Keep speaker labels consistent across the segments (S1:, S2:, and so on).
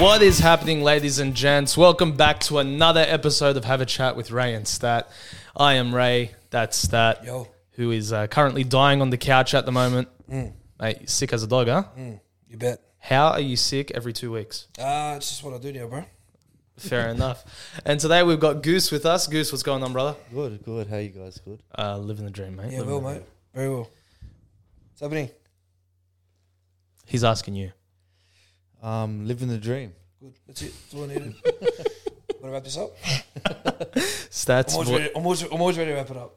S1: What is happening, ladies and gents? Welcome back to another episode of Have a Chat with Ray and Stat. I am Ray, that's Stat,
S2: Yo.
S1: who is uh, currently dying on the couch at the moment.
S2: Mm.
S1: Mate, you're sick as a dog, huh?
S2: You bet.
S1: How are you sick every two weeks?
S2: Uh, it's just what I do now, bro.
S1: Fair enough. And today we've got Goose with us. Goose, what's going on, brother?
S3: Good, good. How you guys? Good.
S1: Uh, living the dream, mate.
S2: Yeah,
S1: Living
S2: well,
S1: the
S2: mate.
S1: dream.
S2: Very well. What's happening?
S1: He's asking you.
S3: Um, living the dream.
S2: Good. That's it. That's all I needed. Want to wrap this up? I'm
S1: Stats,
S2: always,
S1: vo-
S2: ready. I'm, always, I'm always ready to wrap it up.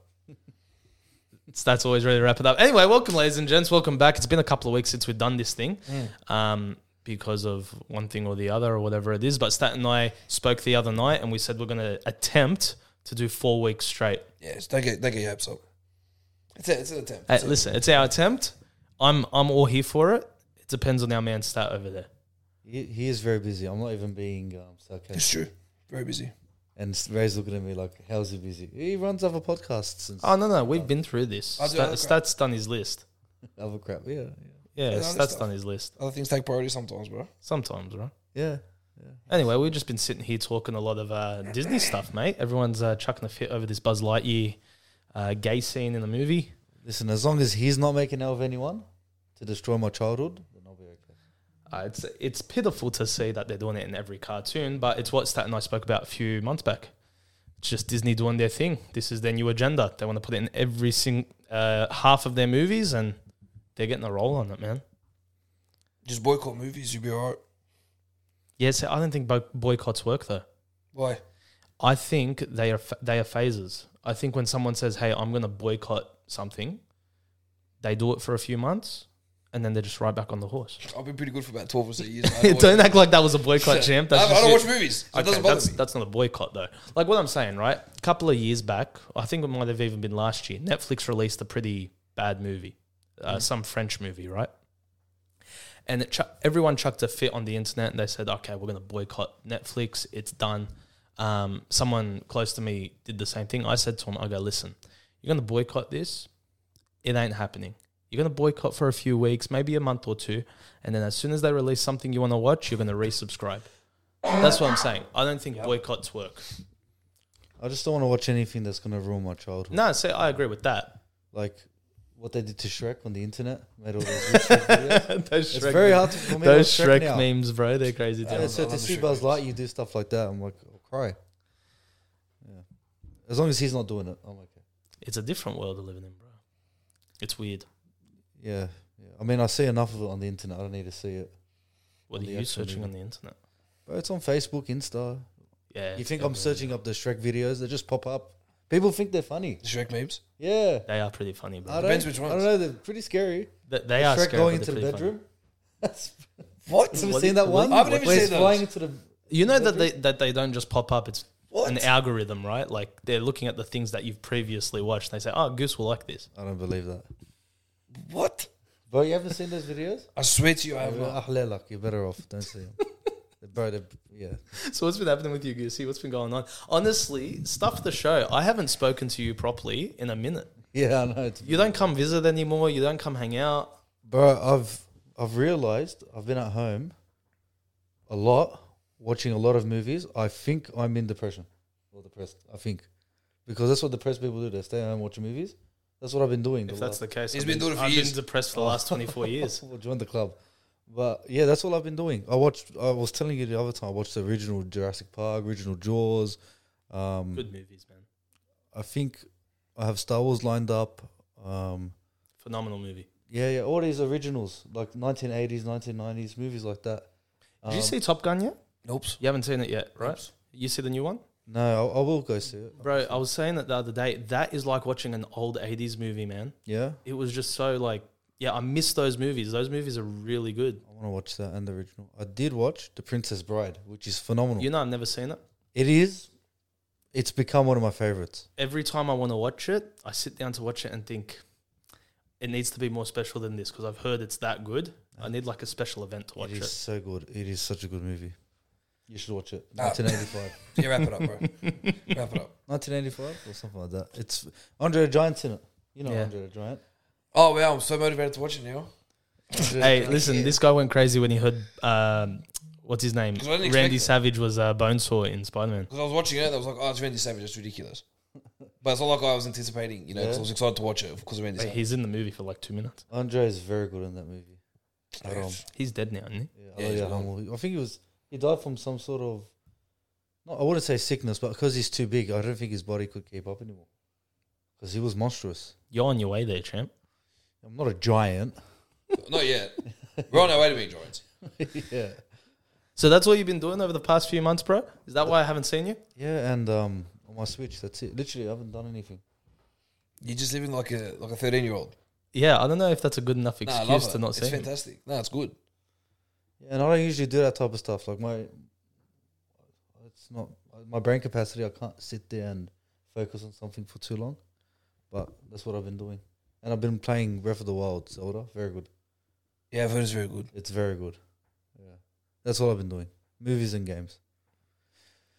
S1: Stats always ready to wrap it up. Anyway, welcome, ladies and gents. Welcome back. It's been a couple of weeks since we've done this thing um, because of one thing or the other or whatever it is. But Stat and I spoke the other night and we said we're going to attempt to do four weeks straight. Uh,
S2: Yeah, just don't get, don't get your hopes up. It's, a, it's an attempt.
S1: Hey,
S2: It's a-
S1: listen, it's our attempt. I'm, I'm all here for it. It depends on our man Stat over there.
S3: He, he is very busy. I'm not even being um,
S2: It's
S3: sarcastic.
S2: true. Very busy.
S3: And Ray's looking at me like, "How's he busy? He runs other podcasts and
S1: Oh, no, no. We've been through this.
S2: I'll do
S1: Stat,
S2: other crap.
S1: Stat's done his list.
S3: other crap." Yeah, yeah,
S1: Yeah,
S2: other
S1: Stat's
S2: stuff.
S1: done his list.
S2: Other things take priority sometimes, bro.
S1: Sometimes, right?
S3: yeah.
S1: Anyway, we've just been sitting here talking a lot of uh, Disney stuff, mate. Everyone's uh, chucking a fit over this Buzz Lightyear uh, gay scene in the movie.
S3: Listen, as long as he's not making out with anyone to destroy my childhood, then I'll be okay.
S1: Uh, it's it's pitiful to see that they're doing it in every cartoon, but it's what Stat and I spoke about a few months back. It's just Disney doing their thing. This is their new agenda. They want to put it in every sing- uh, half of their movies, and they're getting a roll on it, man.
S2: Just boycott movies. You'll be all right.
S1: Yes, I don't think bo- boycotts work though.
S2: Why?
S1: I think they are ph- they are phases. I think when someone says, "Hey, I'm going to boycott something," they do it for a few months, and then they're just right back on the horse.
S2: I've been pretty good for about 12 or so years. mate. I don't
S1: don't
S2: watch-
S1: act like that was a boycott, champ. That's
S2: I, I
S1: just
S2: don't
S1: you-
S2: watch movies. So it
S1: Okay,
S2: doesn't bother
S1: that's
S2: me.
S1: that's not a boycott though. Like what I'm saying, right? A couple of years back, I think it might have even been last year. Netflix released a pretty bad movie, uh,
S2: Mm.
S1: some French movie, right? And it chuck everyone chucked a fit on the internet, and they said, "Okay, we're going to boycott Netflix. It's done." Um, someone close to me did the same thing. I said to him, "I go, listen, you're going to boycott this. It ain't happening." You're going to boycott for a few weeks, maybe a month or two. And then as soon as they release something you want to watch, you're going to resubscribe. That's what I'm saying. I don't think boycotts work.
S3: I just don't want to watch anything that's gonna ruin my childhood.
S1: No, so I agree with that.
S3: Like what they did to Shrek on the internet, made all those YouTube videos.
S1: those
S3: It's very hard to, for me. to
S1: those
S3: watch Shrek,
S1: Shrek
S3: now.
S1: memes, bro, they're crazy.
S3: And
S1: too.
S3: it's so
S2: I
S3: to
S2: love the
S3: see
S2: Shrek
S3: Buzz
S2: memes.
S3: Lightyear do stuff like that, I'm like, I'll cry. Yeah. As long as he's not doing it, I'm okay.
S1: It's a different world we're living in, bro. It's weird.
S3: Yeah, yeah. I mean, I see enough of it on the internet. I don't need to see it.
S1: What
S3: On
S1: are
S3: the
S1: you
S3: actual
S1: searching on
S3: movie.
S1: the internet?
S3: But it's on Facebook, Insta.
S1: Yeah.
S3: You think I'm searching up the Shrek videos? They just pop up. People think they're funny.
S2: Shrek memes.
S3: Yeah.
S1: They are pretty funny,
S3: I
S1: bro.
S3: don't,
S2: Depends which
S3: I
S2: ones.
S3: don't know. They're pretty scary.
S1: They, they are
S3: Shrek
S1: scary,
S3: going
S1: but
S3: into
S1: they're
S3: the
S1: pretty funny.
S3: bedroom. That's
S2: What?
S3: Have you
S1: What
S3: seen
S1: do-
S3: that
S1: what
S3: one?
S1: do
S2: you- I haven't even
S3: Where he's
S2: seen those.
S3: flying into the.
S1: You know that they that they don't just pop up. It's
S2: What?
S1: an algorithm, right? Like they're looking at the things that you've previously watched. And they say, "Oh, Goose will like this."
S3: I don't believe that.
S2: What?
S3: Bro, you haven't seen those videws?
S2: I swear to you, I have not.
S3: Ah, Lelak, You're better off. Don't see them. Bro, they're- yeah.
S1: So what's been happening with you, Goosey? What's been going on? Honestly, stuff the show. I haven't spoken to you properly in a minute.
S3: Yeah, I know. It's
S1: You don't come visit anymore. You don't come hang out.
S3: Bro, I've I've realized I've been at home a lot, watching a lot of movies. I think I'm in depression or depressed. I think because that's what depressed people do. They stay at home watching movies. That's what I've been doing.
S1: If that's the case,
S2: He's
S1: I've
S2: been doing it for
S1: I've
S2: years.
S1: been depressed for the last twenty four years.
S3: well, join the club. But yeah, that's all I've been doing. I watched. I was telling you the other time. I watched the original Jurassic Park, original Jaws. Um,
S1: Good movies, man.
S3: I think I have Star Wars lined up. Um,
S1: Phenomenal movie.
S3: yeah, yeah, all these originals like 1980s, 1990s movies like that. Um,
S1: Did you see Top Gun yet?
S2: Nope.
S1: Um, You haven't seen it yet, right?
S2: Oops.
S1: You see the new one,
S3: No, I, I will go see it.
S1: bro? I was saying that the other day. That is like watching an old eighties movie, man.
S3: Yeah,
S1: It was just so like, yeah, I miss those movies. Those movies are really good.
S3: I want to watch that and the original. I did watch The Princess Bride, which is
S2: Mm.
S3: phenomenal.
S1: You know, I've never seen it.
S3: it is. It's become one of my favorites.
S1: every time I want to watch it, I sit down to watch it and think it needs to be more special than this because I've heard it's that good. I need like a special event to watch
S3: it is
S1: it.
S3: so good. It is such a good movie. You should watch it.
S2: Ah.
S3: 1985.
S2: Yeah, wrap it up, bro. wrap it up.
S3: 1985 or something like that. It's Andre the Giant's in it. You know
S1: Yeah.
S3: Andre the Giant.
S2: Oh wow, I'm so motivated to watch it now.
S1: Hey, listen, this guy went crazy when he heard um, what's his name?
S2: 'Cause I didn't expect
S1: Randy
S2: that.
S1: Savage was uh, Bonesaw in Spider Man.
S2: Because I was watching it, I was like, oh, it's Randy Savage, that's ridiculous. But it's not like I was anticipating, you know, 'cause I was excited to watch it because of Randy Savage.
S1: He's in the movie for like two minutes.
S3: Andre is very good in that movie. Um, Adam.
S1: He's dead now, isn't he?
S3: Yeah,
S2: Yeah,
S3: Aloy
S2: he's
S3: Alamo. I think he was he died from some sort of no, I wouldn't say sickness, but because he's too big, I don't think his body could keep up anymore. Because he was monstrous.
S1: You're on your way there, champ.
S3: I'm not a giant.
S2: not yet. We're on our way to being giants.
S3: yeah.
S1: So that's what you've been doing over the past few months, bro. Is that why I haven't seen you?
S3: Yeah, and um on my switch, that's it. Literally I haven't done anything.
S2: You're just living like a like a 13 year old.
S1: Yeah, I don't know if that's a good enough
S2: Nah, I
S1: excuse
S2: love it.
S1: to not
S2: it's
S1: see me.
S2: fantastic. No, it's good.
S3: Yeah, and I don't usually do that type of stuff. Like my it's not my brain capacity, I can't sit there and focus on something for too long. But that's what I've been doing. And I've been playing Breath of the Wild, Zelda. Very good.
S2: Yeah, I've heard it's very good.
S3: It's very good. Yeah. That's what I've been doing. Movies and games.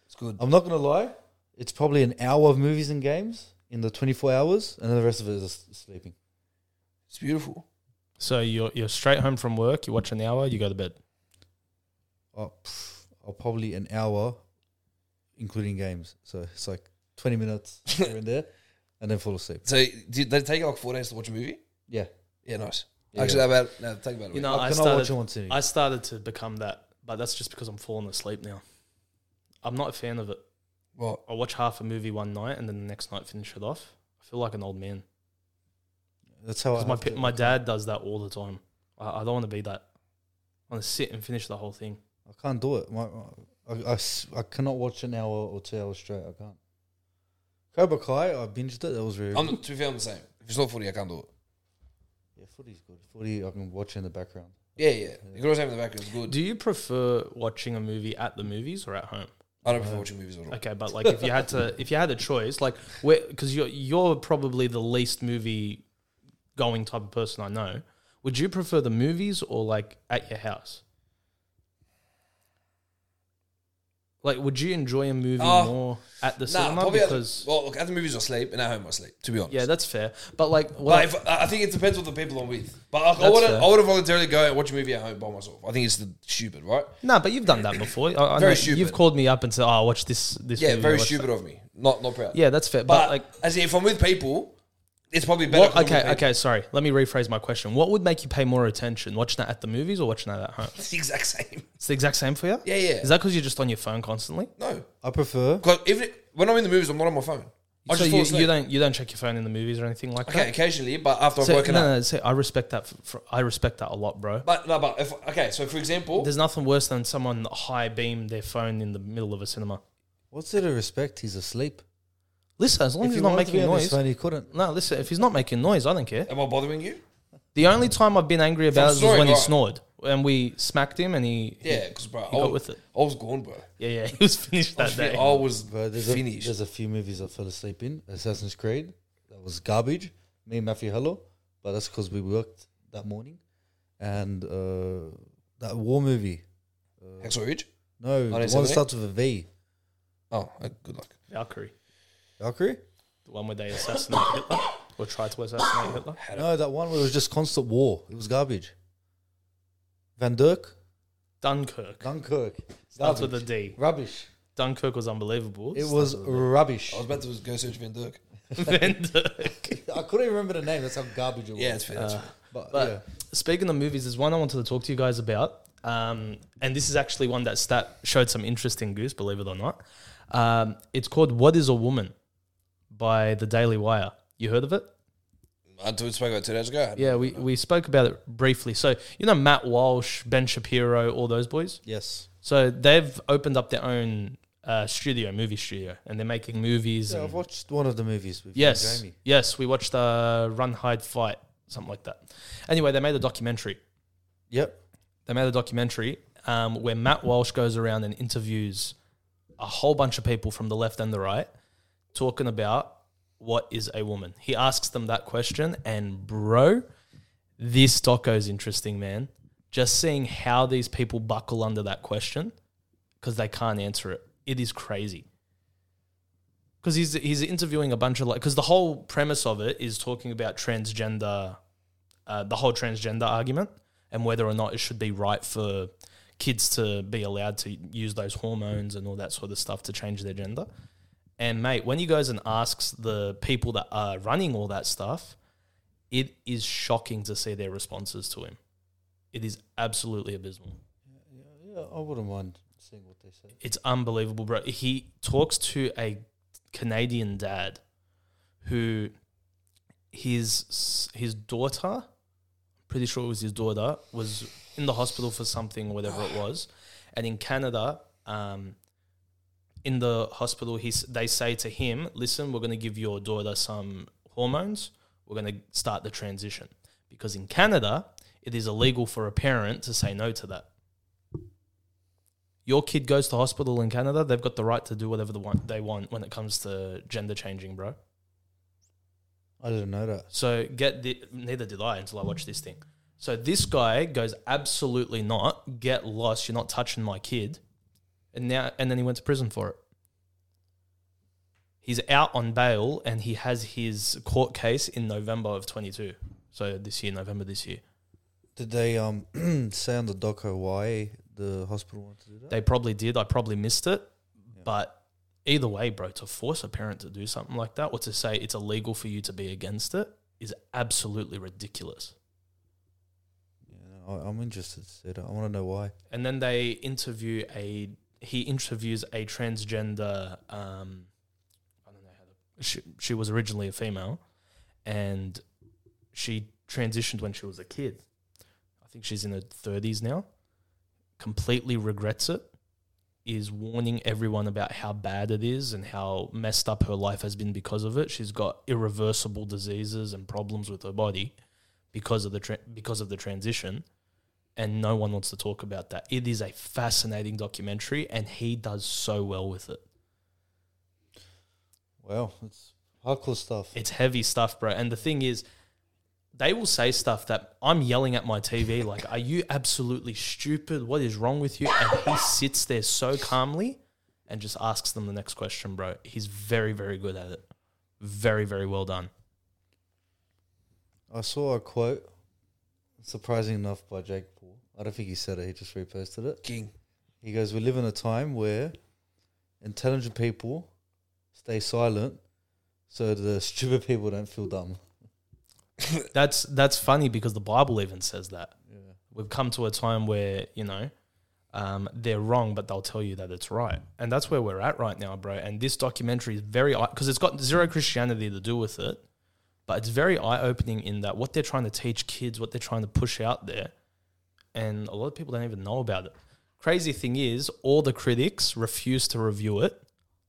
S2: It's good.
S1: Um,
S3: I'm not gonna lie, it's probably an hour of movies and games in the 24 hours, and then the rest of it is just sleeping.
S2: It's beautiful.
S1: So you're you're straight home from work. You watch an hour. You go to bed.
S3: Oh, pff, oh, probably an hour, including games. So it's like 20 minutes here and there, and then fall asleep.
S2: So, did they take like four days to watch a movie?
S3: Yeah.
S2: Yeah, nice.
S3: Yeah.
S2: Actually, about no, take about a
S1: You
S2: week.
S1: know,
S3: I,
S1: I
S3: cannot watch it
S1: started.
S3: on sitting.
S1: I started to become that, but that's just because I'm falling asleep now. I'm not a fan of it.
S2: What?
S1: I watch half a movie one night and then the next night finish it off. I feel like an old man.
S3: That's how Oh, I
S1: 'Cause my
S3: have
S1: pa-
S3: to-
S1: my dad does that all the time. I, I don't want to be that. I want to sit and finish the whole thing.
S3: I can't do it. My, I, I s- I cannot watch an hour or two hours straight. I can't. Cobra Kai, I binged it. That was very.
S2: I'm to be fair, I'm the same. If it's not footy, I can't do it.
S3: Yeah, footy's good. Footy, I can watch in the background.
S2: Yeah, yeah. You can always have it in the background. It's good.
S1: Do you prefer watching a movie at the movies or at home?
S2: I don't prefer watching movies at all.
S1: Okay, but like if you had to, if you had a choice, like where, because you're you're probably the least movie going type of person I know. Would you prefer the movies or like at your house? Like, would you enjoy a movie
S2: Oh,
S1: more at the
S2: Nah,
S1: cinema?
S2: probably at-
S1: Because
S2: well, look, at the movies I sleep, and at home I sleep. To be honest,
S1: yeah, that's fair. But like, well,
S2: But if, I I think it depends on the people I'm with. But like, I
S1: That's
S2: would
S1: fair.
S2: I would voluntarily go and watch a movie at home by myself. I think it's the stupid, right?
S1: No, but you've done that before. I, I
S2: Very
S1: know
S2: stupid.
S1: You've called me up and said, "Oh, watch this." This.
S2: Yeah,
S1: movie,
S2: very
S1: watch that."
S2: stupid of me. Not not proud.
S1: Yeah, that's fair. But,
S2: but,
S1: like,
S2: as if I'm with people, it's probably better.
S1: what,
S2: 'cause I'm
S1: okay,
S2: with people.
S1: okay. Sorry, let me rephrase my question. What would make you pay more attention, watching that at the movies or watching that at home?
S2: It's the exact same.
S1: It's the exact same for you.
S2: Yeah, yeah.
S1: Is that because you're just on your phone constantly?
S2: No,
S3: I prefer.
S2: because even when I'm in the movies, I'm not on my phone. I
S1: so
S2: just
S1: you,
S2: fall
S1: you
S2: asleep.
S1: don't you don't check your phone in the movies or anything like
S2: Okay,
S1: that.
S2: occasionally, but after I've
S1: So,
S2: woken
S1: no,
S2: up.
S1: no, so I respect that. For, I respect that a lot, bro.
S2: But no, but if okay, so for example,
S1: There's nothing worse than someone high beam their phone in the middle of a cinema.
S3: What's there to respect? He's asleep.
S1: Listen, as long as he's not making noise.
S3: phone, he couldn't.
S1: No, listen. If he's not making noise, I don't care.
S2: am I bothering you?
S1: The only time I've been angry about
S2: I'm
S1: it was
S2: snoring,
S1: when he
S2: Mm. right.
S1: snored and we smacked him and he.
S2: Yeah, because bro, I
S1: got
S2: was,
S1: with it.
S2: I was gone, bro.
S1: Yeah, yeah, he was finished that
S2: I
S1: day.
S2: was
S3: But there's, a,
S2: finished.
S3: there's a few movies I fell asleep in. Assassin's Creed, that was garbage. Me and Matthew Hello, but that's because we worked that morning. And uh, that war movie.
S2: Hacksaw Ridge.
S1: Oh,
S3: No, the one that
S2: Saturday?
S3: starts with a V.
S2: Oh, uh, good luck.
S1: Valkyrie,
S3: Valkyrie?
S1: the one where they assassinate Hitler or try to assassinate Hitler.
S3: No, that one where it was just constant war. It was garbage. Van Dirk?
S1: Dunkirk.
S3: Dunkirk.
S1: Starts
S3: Garbage.
S1: with a D.
S3: Rubbish.
S1: Dunkirk was unbelievable.
S3: It was rubbish.
S2: I was about to go search Van Dirk.
S1: Van Dyke.
S3: I couldn't remember the name. That's how garbage it was.
S2: Yeah, it's fair. that's fair.
S3: but,
S1: But
S3: yeah.
S1: Uh, speaking of movies, there's one I wanted to talk to you guys about. Um, and this is actually one that stat showed some interest in Goose, believe it or not. Um, it's called What is a Woman by The Daily Wire. You heard of it?
S2: Until we spoke about two days ago.
S1: Yeah, we, we spoke about it briefly. So, you know, Matt Walsh, Ben Shapiro, all those boys?
S3: Yes.
S1: So, they've opened up their own uh, studio, movie studio, and they're making movies.
S3: Yeah,
S1: and
S3: I've watched one of the movies with
S1: Yes.
S3: Jamie.
S1: Yes, we watched uh, Run, Hide, Fight, something like that. Anyway, they made a documentary.
S3: Yep.
S1: They made a documentary um, where Matt Walsh goes around and interviews a whole bunch of people from the left and the right talking about what is a woman. He asks them that question, and bro, this doco's interesting, man. Just seeing how these people buckle under that question because they can't answer it. It is crazy. Because he's he's interviewing a bunch of like because the whole premise of it is talking about transgender, uh, the whole transgender argument and whether or not it should be right for kids to be allowed to use those hormones and all that sort of stuff to change their gender. And mate, when you goes and asks the people that are running all that stuff, it is shocking to see their responses to him. It is absolutely abysmal.
S3: Yeah, yeah, I wouldn't mind seeing what they say.
S1: It's unbelievable, bro. He talks to a Canadian dad who his his daughter, pretty sure it was his daughter, was in the hospital for something, whatever it was, and in Canada, um, in the hospital, he's, they say to him, "Listen, we're going to give your daughter some hormones. We're going to start the transition because in Canada, it is illegal for a parent to say no to that." Your kid goes to hospital in Canada, they've got the right to do whatever the want, they want when it comes to gender changing, bro.
S3: I didn't know that.
S1: So get the neither did I until I watched this thing. So this guy goes absolutely not. Get lost. You're not touching my kid. And now and then he went to prison for it. He's out on bail and he has his court case in November of 22. So this year, November this year.
S3: Did they um say on the doco why the hospital wanted to do that?
S1: They probably did. I probably missed it.
S3: Yeah.
S1: But either way, bro, to force a parent to do something like that or to say it's illegal for you to be against it is absolutely ridiculous.
S3: yeah, no, I, I'm interested to see that. I want to know why.
S1: and then they interview a he interviews a transgender um i don't know how to she, she was originally a female and she transitioned when she was a kid i think she's in her 30s now completely regrets it is warning everyone about how bad it is and how messed up her life has been because of it she's got irreversible diseases and problems with her body because of the tra- because of the transition and no one wants to talk about that. It is a fascinating documentary, and he does so well with it.
S3: Wow, it's hardcore stuff.
S1: It's heavy stuff, bro. And the thing is, they will say stuff that I'm yelling at my TV, like, Are you absolutely stupid? What is wrong with you? And he sits there so calmly and just asks them the next question, bro. He's very, very good at it. Very, very well done.
S3: I saw a quote, surprising enough, by Jake Paul. I don't think he said it, he just reposted it.
S2: King.
S3: He goes, We live in a time where intelligent people stay silent so the stupid people don't feel dumb.
S1: That's that's funny because the Bible even says that.
S3: Yeah.
S1: we've come to a time where you know um, they're wrong, but they'll tell you that it's right, and that's where we're at right now, bro. And this documentary is very because it's got zero Christianity to do with it, but it's very eye opening in that what they're trying to teach kids, what they're trying to push out there, and a lot of people don't even know about it. Crazy thing is, all the critics refuse to review it;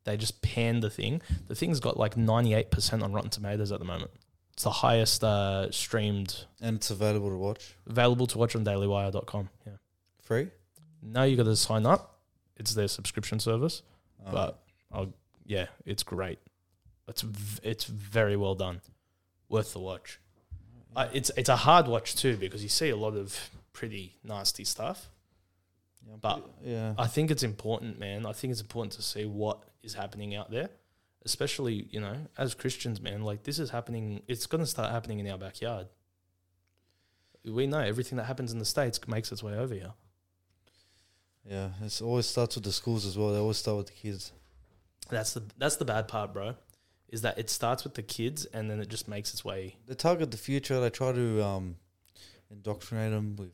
S1: they just pan the thing. The thing's got like ninety eight percent on Rotten Tomatoes at the moment. It's the highest uh, streamed,
S3: And it's available to watch
S1: available to watch on DailyWire.com. Yeah.
S3: free.
S1: Now you got to sign up. It's their subscription service,
S3: Um,
S1: but I'll, yeah, it's great. It's v- it's very well done, worth the watch. Uh, it's it's a hard watch too because you see a lot of pretty nasty stuff.
S3: Um, yeah, I'm
S1: but-
S3: pretty- yeah,
S1: I think it's important, man. I think it's important to see what is happening out there, especially you know as Christians, man. Like this is happening. It's going to start happening in our backyard. We know everything that happens in the states makes its way over here.
S3: yeah. It always starts with the schools as well. They always start with the kids.
S1: That's the that's the bad part, bro. Is that it starts with the kids and then it just makes its way.
S3: They target the future. They try to um, indoctrinate them with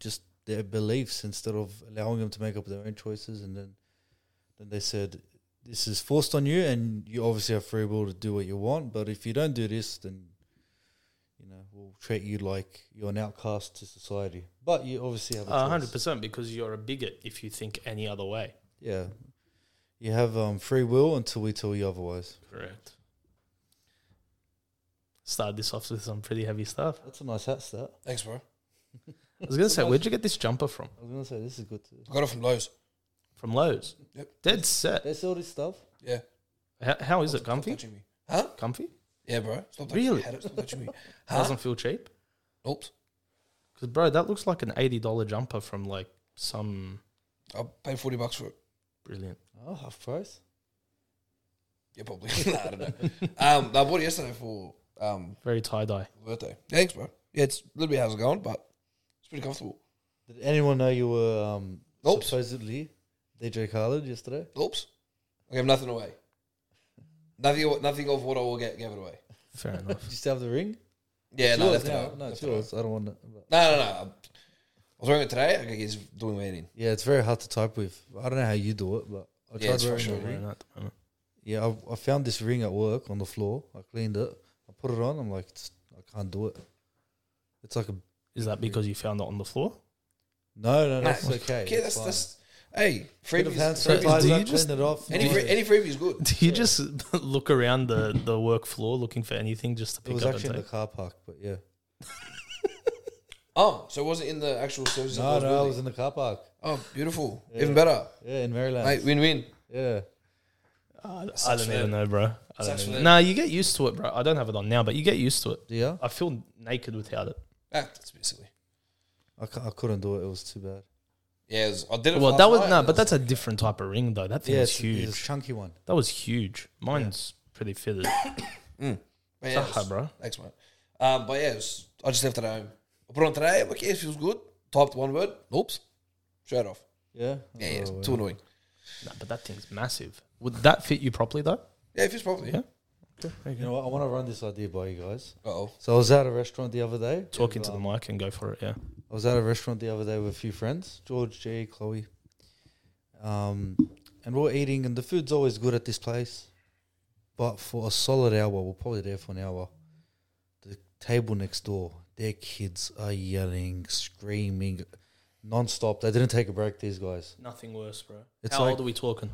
S3: just their beliefs instead of allowing them to make up their own choices. And then, then they said, "This is forced on you, and you obviously have free will to do what you want. But if you don't do this, then you know we'll treat you like you're an outcast to society. But you obviously have a
S1: A
S3: choice.
S1: hundred percent, because you're a bigot if you think any other way.
S3: Yeah, you have um, free will until we tell you otherwise.
S1: Correct. Start this off with some pretty heavy stuff.
S3: That's a nice hat stat.
S2: Thanks, bro.
S1: I was gonna say, where'd you get this jumper from?
S3: I was gonna say this is good too.
S2: I got it from Lowe's.
S1: From Lowe's.
S2: Yep.
S1: Dead set.
S3: They sell this stuff.
S2: Yeah.
S1: How, how is it
S2: Stop
S1: comfy?
S2: touching me. Huh?
S1: Comfy?
S2: Yeah, bro. Stop touching
S1: Really?
S2: me. Had it, Stop touching me. Huh?
S1: Doesn't feel cheap.
S2: Oops.
S1: Because bro, that looks like an eighty dollar jumper from like some
S2: I paid 40 bucks for it.
S1: brilliant.
S3: Oh, half price.
S2: Yeah, probably. nah, I don't know. Um, I bought it yesterday for um,
S1: Very tie dye.
S2: birthday. Thanks, bro. Yeah, it's a little bit how's it going, but it's pretty comfortable.
S3: Did anyone know you were um,
S2: Nope.
S3: supposedly DJ Khaled yesterday?
S2: Oops. I gave nothing away. Nothing, nothing of what I will get gave it away.
S1: Fair
S3: Did
S1: enough.
S3: you still have the ring?
S2: Yeah,
S3: It's
S2: no,
S3: yours
S2: that's
S3: now.
S2: no,
S3: No, it's yours. I don't want to.
S2: No, no, no. I was wearing it today. I guess doing wearing.
S3: Yeah, it's very hard to type with. I don't know how you do it, but I
S2: Yeah,
S3: tried
S2: it's
S3: wearing
S2: for
S3: a
S2: sure.
S3: ring.
S1: At the moment.
S3: Yeah, I, I found this ring at work on the floor. I cleaned it. I put it on. I'm like, it's, I can't do it. It's like a
S1: Is that because you found it on the floor?
S3: no,
S2: No,
S3: no, that's okay.
S2: Yeah, that's,
S3: fine.
S2: that's hey
S3: Bit of
S2: freebies.
S3: hand
S1: So
S2: freebies
S1: do
S3: sanitizer.
S1: you just-
S3: cleaned it off.
S2: any free, any freebie is good.
S1: Do you just look around the, the work floor looking for anything just to
S3: it
S1: pick
S3: was
S1: up a
S3: actually in
S1: take?
S3: the car park, but yeah.
S2: Oh, so it wasn't in the actual service.
S3: No, no, I was in the car park.
S2: Oh, beautiful.
S3: Yeah.
S2: Even better.
S3: Yeah, in Maryland.
S2: Mate, win win.
S3: Yeah.
S1: Uh, I
S2: Sucks
S1: don't
S2: for
S1: even
S2: them.
S1: know, bro. I don't
S2: Sucks for
S1: even-
S2: them.
S1: Nah, you get used to it, bro. I don't have it on now, but you get used to it.
S3: Yeah.
S1: I feel naked without it.
S2: Ah, that's basically.
S3: I, ca- I couldn't do it. It was too bad.
S2: Yeah, it was, I did it.
S1: Well,
S2: last
S1: that was
S2: night.
S1: no, but that's a different type of ring though. That thing
S3: yeah,
S1: is
S3: it's, it's
S1: huge.
S3: a chunky one.
S1: That was huge. Mine's pretty fitted.
S2: But yeah, it
S1: Zaha,
S2: was-
S1: bro.
S2: Thanks, mate. Um, but yeah, it was, I just left it at home. I put it on today. I'm like, yeah, it feels good. Typed one word. Oops. Straight off.
S3: Yeah.
S2: Yeah, yeah.
S3: Oh,
S2: Too annoying.
S1: Nah, but that thing's massive. Would that fit you properly though?
S2: Yeah, it feels probably.
S1: Yeah.
S3: You know what? I want to run this idea by you guys.
S2: Oh,
S3: So I was at a restaurant the other day.
S1: Talk
S3: with,
S1: into the
S3: um,
S1: mic and go for it. Yeah.
S3: I was at a restaurant the other day with a few friends, George, G, Chloe. Um, and we we're eating, and the food's always good at this place. But for a solid hour, we we're probably there for an hour. The table next door, their kids are yelling, screaming, non-stop. They didn't take a break. These guys.
S1: Nothing worse, bro.
S3: It's
S1: How
S3: like-
S1: old are we talking?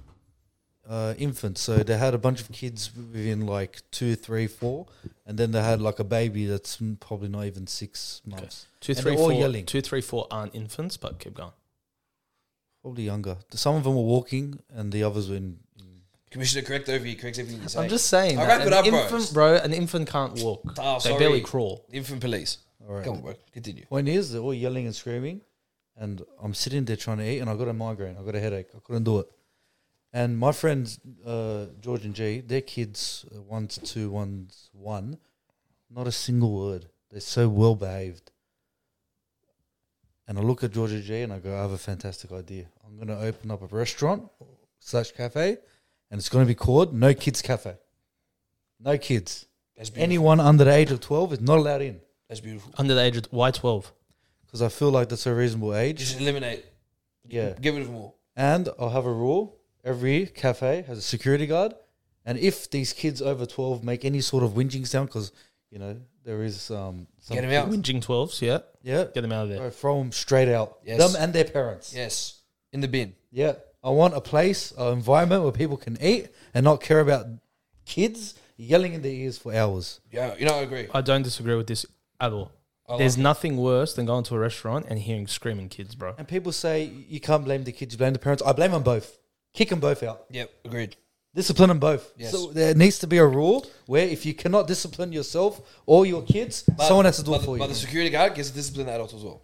S3: uh, infants. So they had a bunch of kids within like two, three, four, and then they had like a baby that's m- probably not even six months,
S1: Two,
S3: And
S1: three,
S3: they're all
S1: four.
S3: yelling.
S1: Two, three, four aren't infants, but keep going.
S3: probably younger. Some of them were walking, and the others were in.
S2: Commissioner, correct over here. Corrects everything you say.
S1: I'm just saying.
S2: I'll
S1: that
S2: wrap it
S1: an
S2: up, bro.
S1: infant, bro. An infant can't walk.
S2: Oh,
S1: they
S2: sorry.
S1: barely crawl.
S2: Infant police.
S3: All right.
S2: Come on, bro. Continue.
S3: Point is, they're all yelling and screaming, and I'm sitting there trying to eat, and I got a migraine. I got a headache. I couldn't do it. And my friends, uh, George and G, their kids, uh, one's two, one's one, not a single word. They're so well behaved. And I look at George and G and I go, I have a fantastic idea. I'm going to open up a restaurant slash cafe, and it's going to be called No Kids Cafe. No kids.
S2: That's beautiful.
S3: Anyone under the age of 12 is not allowed in
S2: That's beautiful.
S1: Under the age of why twelve?
S3: because I feel like that's a reasonable age.
S2: Just eliminate.
S3: Yeah.
S2: Get rid of more.
S3: And I'll have a rule every cafe has a security guard. And if these kids over 12 make any sort of whinging sound, because, you know, there is um, some.
S2: Get him out.
S1: Whinging twelves. Yeah.
S3: Yeah.
S1: Get them out of there.
S3: I throw them straight out.
S2: Yes.
S3: Them and their parents.
S2: Yes. In the bin.
S3: Yeah. I want a place, an environment where people can eat and not care about kids yelling in their ears for hours.
S2: Yeah, you know, I agree.
S1: I don't disagree with this at all.
S2: I
S1: There's
S2: like it.
S1: nothing worse than going to a restaurant and hearing screaming kids, bro.
S3: And people say you can't blame the kids, you blame the parents. I blame them both. Kick them both out.
S2: Yep, agreed.
S3: Discipline them both.
S2: Yes.
S3: So there needs to be a rule where if you cannot discipline yourself or your kids, someone has to do
S2: but
S3: it
S2: the-
S3: for
S2: But
S3: you.
S2: the security guard gets a disciplined adult as well.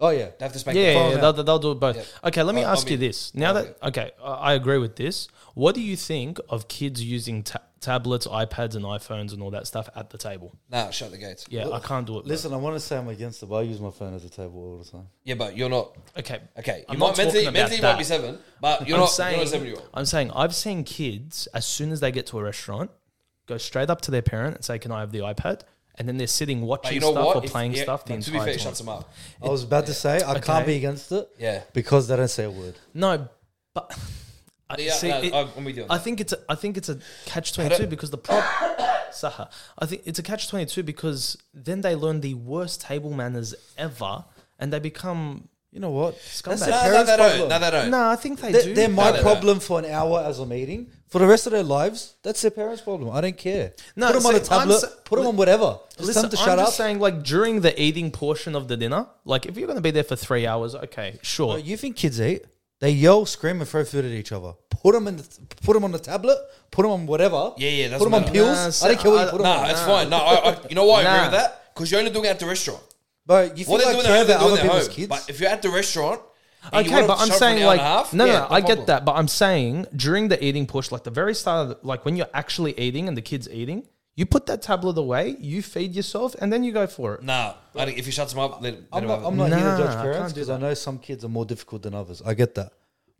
S3: oh yeah.
S2: They have to spank
S1: Yeah,
S2: the
S1: yeah,
S3: phone
S1: yeah,
S3: out.
S1: they'll, they'll do it both.
S2: Yeah.
S1: Okay, let me
S2: I- I
S1: ask you
S2: mean-
S1: this. Now that okay, I I agree with this. What do you think of kids using ta- tablets, iPads, and iPhones and all that stuff at the table?
S2: Nah, shut the gates.
S1: Yeah, I can't do it. bro.
S3: Listen, I want to say I'm against it, but I use my phone as a table all the time.
S2: Yeah, but you're not.
S1: okay,
S2: Okay, you
S1: I'm
S2: might
S1: not
S2: mentally,
S1: talking about
S2: mentally you might be
S1: that.
S2: seven, but you're
S1: I'm
S2: not.
S1: saying,
S2: you're not a seven year old.
S1: I'm saying, I've seen kids as soon as they get to a restaurant, go straight up to their parent and say, "Can I have the iPad?" And then they're sitting watching
S2: But you know
S1: stuff
S2: what?
S1: or
S2: If-
S1: playing
S2: yeah,
S1: stuff the
S2: but to be fair,
S1: entire
S2: it
S1: time.
S2: shuts them up.
S3: I was about to say I can't be against it
S2: Yeah.
S3: because they don't say a word.
S1: No, but I,
S2: Yeah,
S1: see,
S2: no,
S1: it-
S2: I'm- I'm with you on
S1: I
S2: that.
S1: think it's a, I think it's a catch twenty two because the prop Saha. I think it's a catch twenty two because then they learn the worst table manners ever, and they become.
S3: You know what?
S1: Scumbags.
S3: their
S1: No,
S2: No, no,
S3: parents'
S2: they
S3: problem.
S2: don't. No, they don't.
S1: No, I think they
S3: They-
S1: do.
S3: They're my
S2: No, they
S3: problem for an hour as I'm eating. For the rest of their lives, that's their parents' problem. I don't care.
S1: No,
S3: put them on
S1: see,
S3: a tablet.
S1: I'm sa-
S3: put them on whatever. Just
S1: Listen,
S3: tell them to
S1: I'm
S3: shut
S1: just
S3: up.
S1: saying, like during the eating portion of the dinner, like if you're going to be there for three hours, okay, sure.
S3: you think kids eat? They yell, scream, and throw food at each other. Put them in. The, put them on the tablet. Put them on whatever.
S2: Yeah, yeah,
S3: Put
S2: doesn't
S3: them on
S2: matter.
S3: pills.
S1: Nah,
S3: I
S1: so
S3: don't care what
S1: I-
S3: you put them
S2: Nah,
S3: on.
S2: it's fine. No, I, I, you know why I agree
S1: Nah.
S2: with that? Because you're only doing it at the restaurant.
S3: But you
S2: What
S3: think
S2: they're
S3: I
S2: doing
S3: care
S2: at home, they're
S3: about
S2: doing
S3: other
S2: at
S3: people's
S2: home.
S3: kids?
S2: But if you're at the restaurant, and you
S1: Okay,
S2: wanna
S1: but I'm
S2: shut for an
S1: saying
S2: hour
S1: like
S2: and a half,
S1: no, no,
S2: yeah,
S1: no, I
S2: problem.
S1: get that, but I'm saying during the eating push, like the very start, of the, like when you're actually eating and the kids eating, You put that tablet away, you feed yourself, and then you go for it.
S2: Nah, I think if he shuts him up, let, let
S3: I'm
S2: him
S3: not,
S2: have
S3: I'm
S2: it.
S3: not here
S1: Nah,
S3: to
S1: I
S3: judge
S1: can't
S3: parents
S1: do
S3: because I know some kids are more difficult than others. I get that,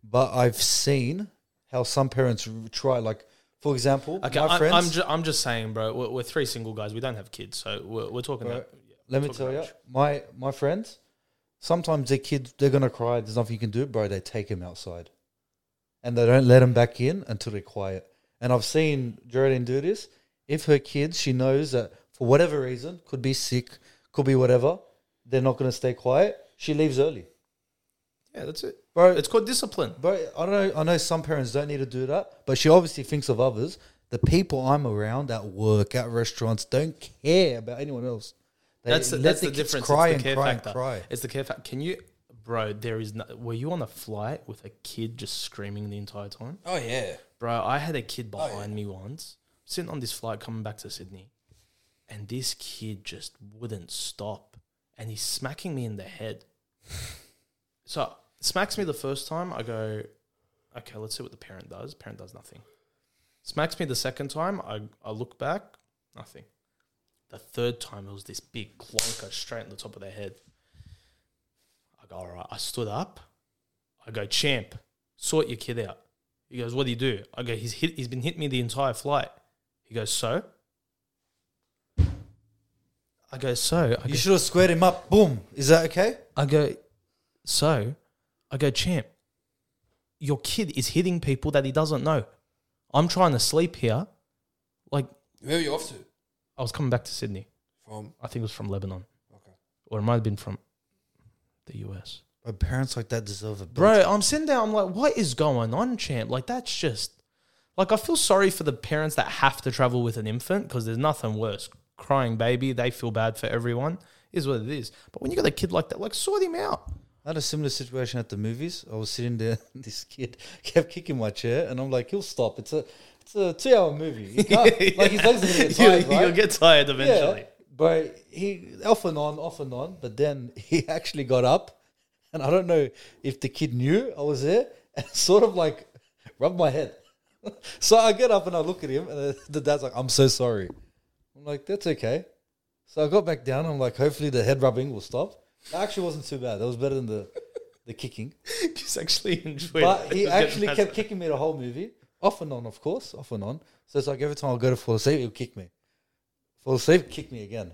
S3: but I've seen how some parents r- try. Like for example,
S1: Okay,
S3: my
S1: I,
S3: friends.
S1: I'm, ju- I'm just saying, bro. We're, we're three single guys. We don't have kids, so we're, we're talking
S3: Bro,
S1: about.
S3: let me
S1: talking
S3: tell you,
S1: about
S3: my my friends. Sometimes their kids they're gonna cry. There's nothing you can do, bro. They take him outside, and they don't let him back in until they're quiet. And I've seen Geraldine do this. If her kids, she knows that for whatever reason, could be sick, could be whatever, they're not gonna stay quiet. She leaves early,
S1: Yeah, that's it,
S3: bro.
S1: It's called discipline.
S3: But I don't know. I know some parents don't need to do that, but she obviously thinks of others. The people I'm around at work, at restaurants, don't care about anyone else. They
S1: That's the,
S3: let
S1: that's the,
S3: kids
S1: difference.
S3: Cry
S1: it's
S3: and
S1: the care
S3: cry
S1: factor.
S3: and cry.
S1: It's the care factor. Can you, bro? There is. No, were you on a flight with a kid just screaming the entire time,
S2: Oh yeah.
S1: bro? I had a kid behind me once, sitting on this flight coming back to Sydney, and this kid just wouldn't stop, and he's smacking me in the head. so smacks me the first time. I go, okay, let's see what the parent does. Parent does nothing. Smacks me the second time. I, I look back, nothing. The third time, it was this big clonker straight on the top of their head. I go, all right. I stood up. I go, champ, sort your kid out. He goes, what do you do? I go, he's hit. He's been hitting me the entire flight. He goes, so. I go, so. I
S3: You
S1: go,
S3: should have squared him up. Boom. Is that okay?
S1: I go, so I go, champ, your kid is hitting people that he doesn't know. I'm trying to sleep here. Like,
S2: Where were you off to?
S1: I was coming back to Sydney.
S2: From
S1: I think it was from Lebanon.
S2: Okay.
S1: Or it might have been from the US.
S3: But parents like that deserve a
S1: Bro, I'm sitting there, I'm like, what is going on, champ? Like, that's just. Like, I feel sorry for the parents that have to travel with an infant because there's nothing worse. Crying baby, they feel bad for everyone, is what it is. But when you got a kid like that, like, sort him out.
S3: I had a similar situation at the movies. I was sitting there, and this kid kept kicking my chair, and I'm like, "He'll stop. It's a, it's a two-hour movie. You can't, like his legs are gonna get
S1: You-
S3: tired, right?
S1: You'll get tired eventually.
S3: Yeah, but he off and on, off and on. But then he actually got up, and I don't know if the kid knew I was there, and sort of like rubbed my head. so I get up and I look at him, and the dad's like, "I'm so sorry." I'm like, "That's okay." So I got back down. I'm like, "Hopefully the head rubbing will stop." That actually wasn't too bad. That was better than the the kicking.
S1: He's actually enjoyed
S3: But
S1: it.
S3: he
S1: He's getting
S3: actually
S1: past
S3: kept
S1: it.
S3: kicking me the whole movie, off and on, of course, off and on. So it's like every time I go to fall asleep, he'll kick me. Fall asleep, kick me again.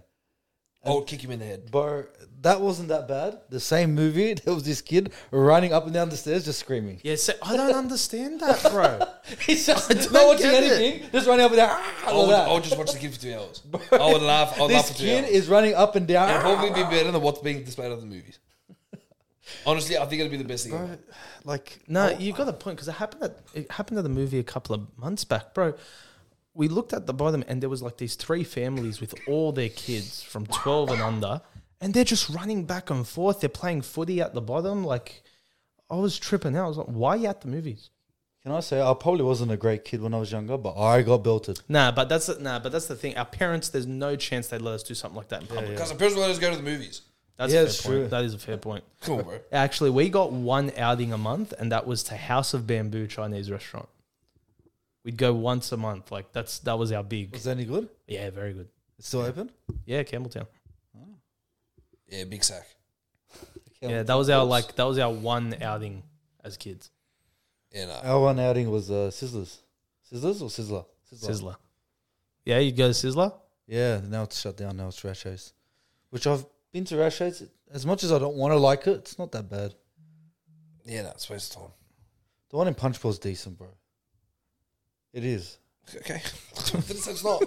S2: I would kick him in the head.
S3: But that wasn't that bad. The same movie, there was this kid running up and down the stairs just screaming.
S1: Yeah, so I don't understand that, bro.
S3: He's just
S1: don't
S3: not watching
S1: get it. Oh,
S3: anything, just running up and down. "Ah,"
S2: I
S3: like
S2: would,
S3: that.
S2: I would just watch the kid for two hours. I would laugh. I would laugh
S3: this
S2: for two
S3: kid
S2: hours.
S3: is running up and down.
S2: It'd probably be better than what's being displayed at the movies. Honestly, I think it'd be the best thing. ever.
S3: like,
S1: No, you got a point because it happened at it happened at the movie a couple of months back, bro. We looked at the bottom and there was like these three families with all their kids from twelve and under, and they're just running back and forth. They're playing footy at the bottom. Like, I was tripping out. I was like, why are you at the movies?
S3: can I say, I probably wasn't a great kid when I was younger, but I got belted.
S1: Nah, but that's nah, but that's the thing. Our parents, there's no chance they'd let us do something like that in public.
S2: Because the parents will let us go to the movies.
S1: That's
S3: Yeah,
S1: a fair
S3: it's
S1: point.
S3: true.
S1: That is a fair point.
S2: Come on, bro.
S1: Actually, we got one outing a month, and that was to House of Bamboo Chinese restaurant. We'd go once a month. Like that's that was our big.
S3: Was that any good?
S1: Yeah, very good.
S3: It's still open?
S1: Yeah, Campbelltown.
S2: Yeah, big sack.
S1: Yeah, that was our like that was our one outing as kids.
S2: Yeah, nah.
S3: Our one outing was uh, Sizzlers. Sizzlers or Sizzler?
S1: Sizzler. Yeah, you'd go to Sizzler.
S3: Yeah, now it's shut down. Now it's Rashos, which I've been to Rashos. As much as I don't want to like it, it's not that bad.
S2: Yeah, nah. It's waste of time.
S3: The one in Punchbowl's decent, bro. It is.
S2: Okay. Didn't say it's not.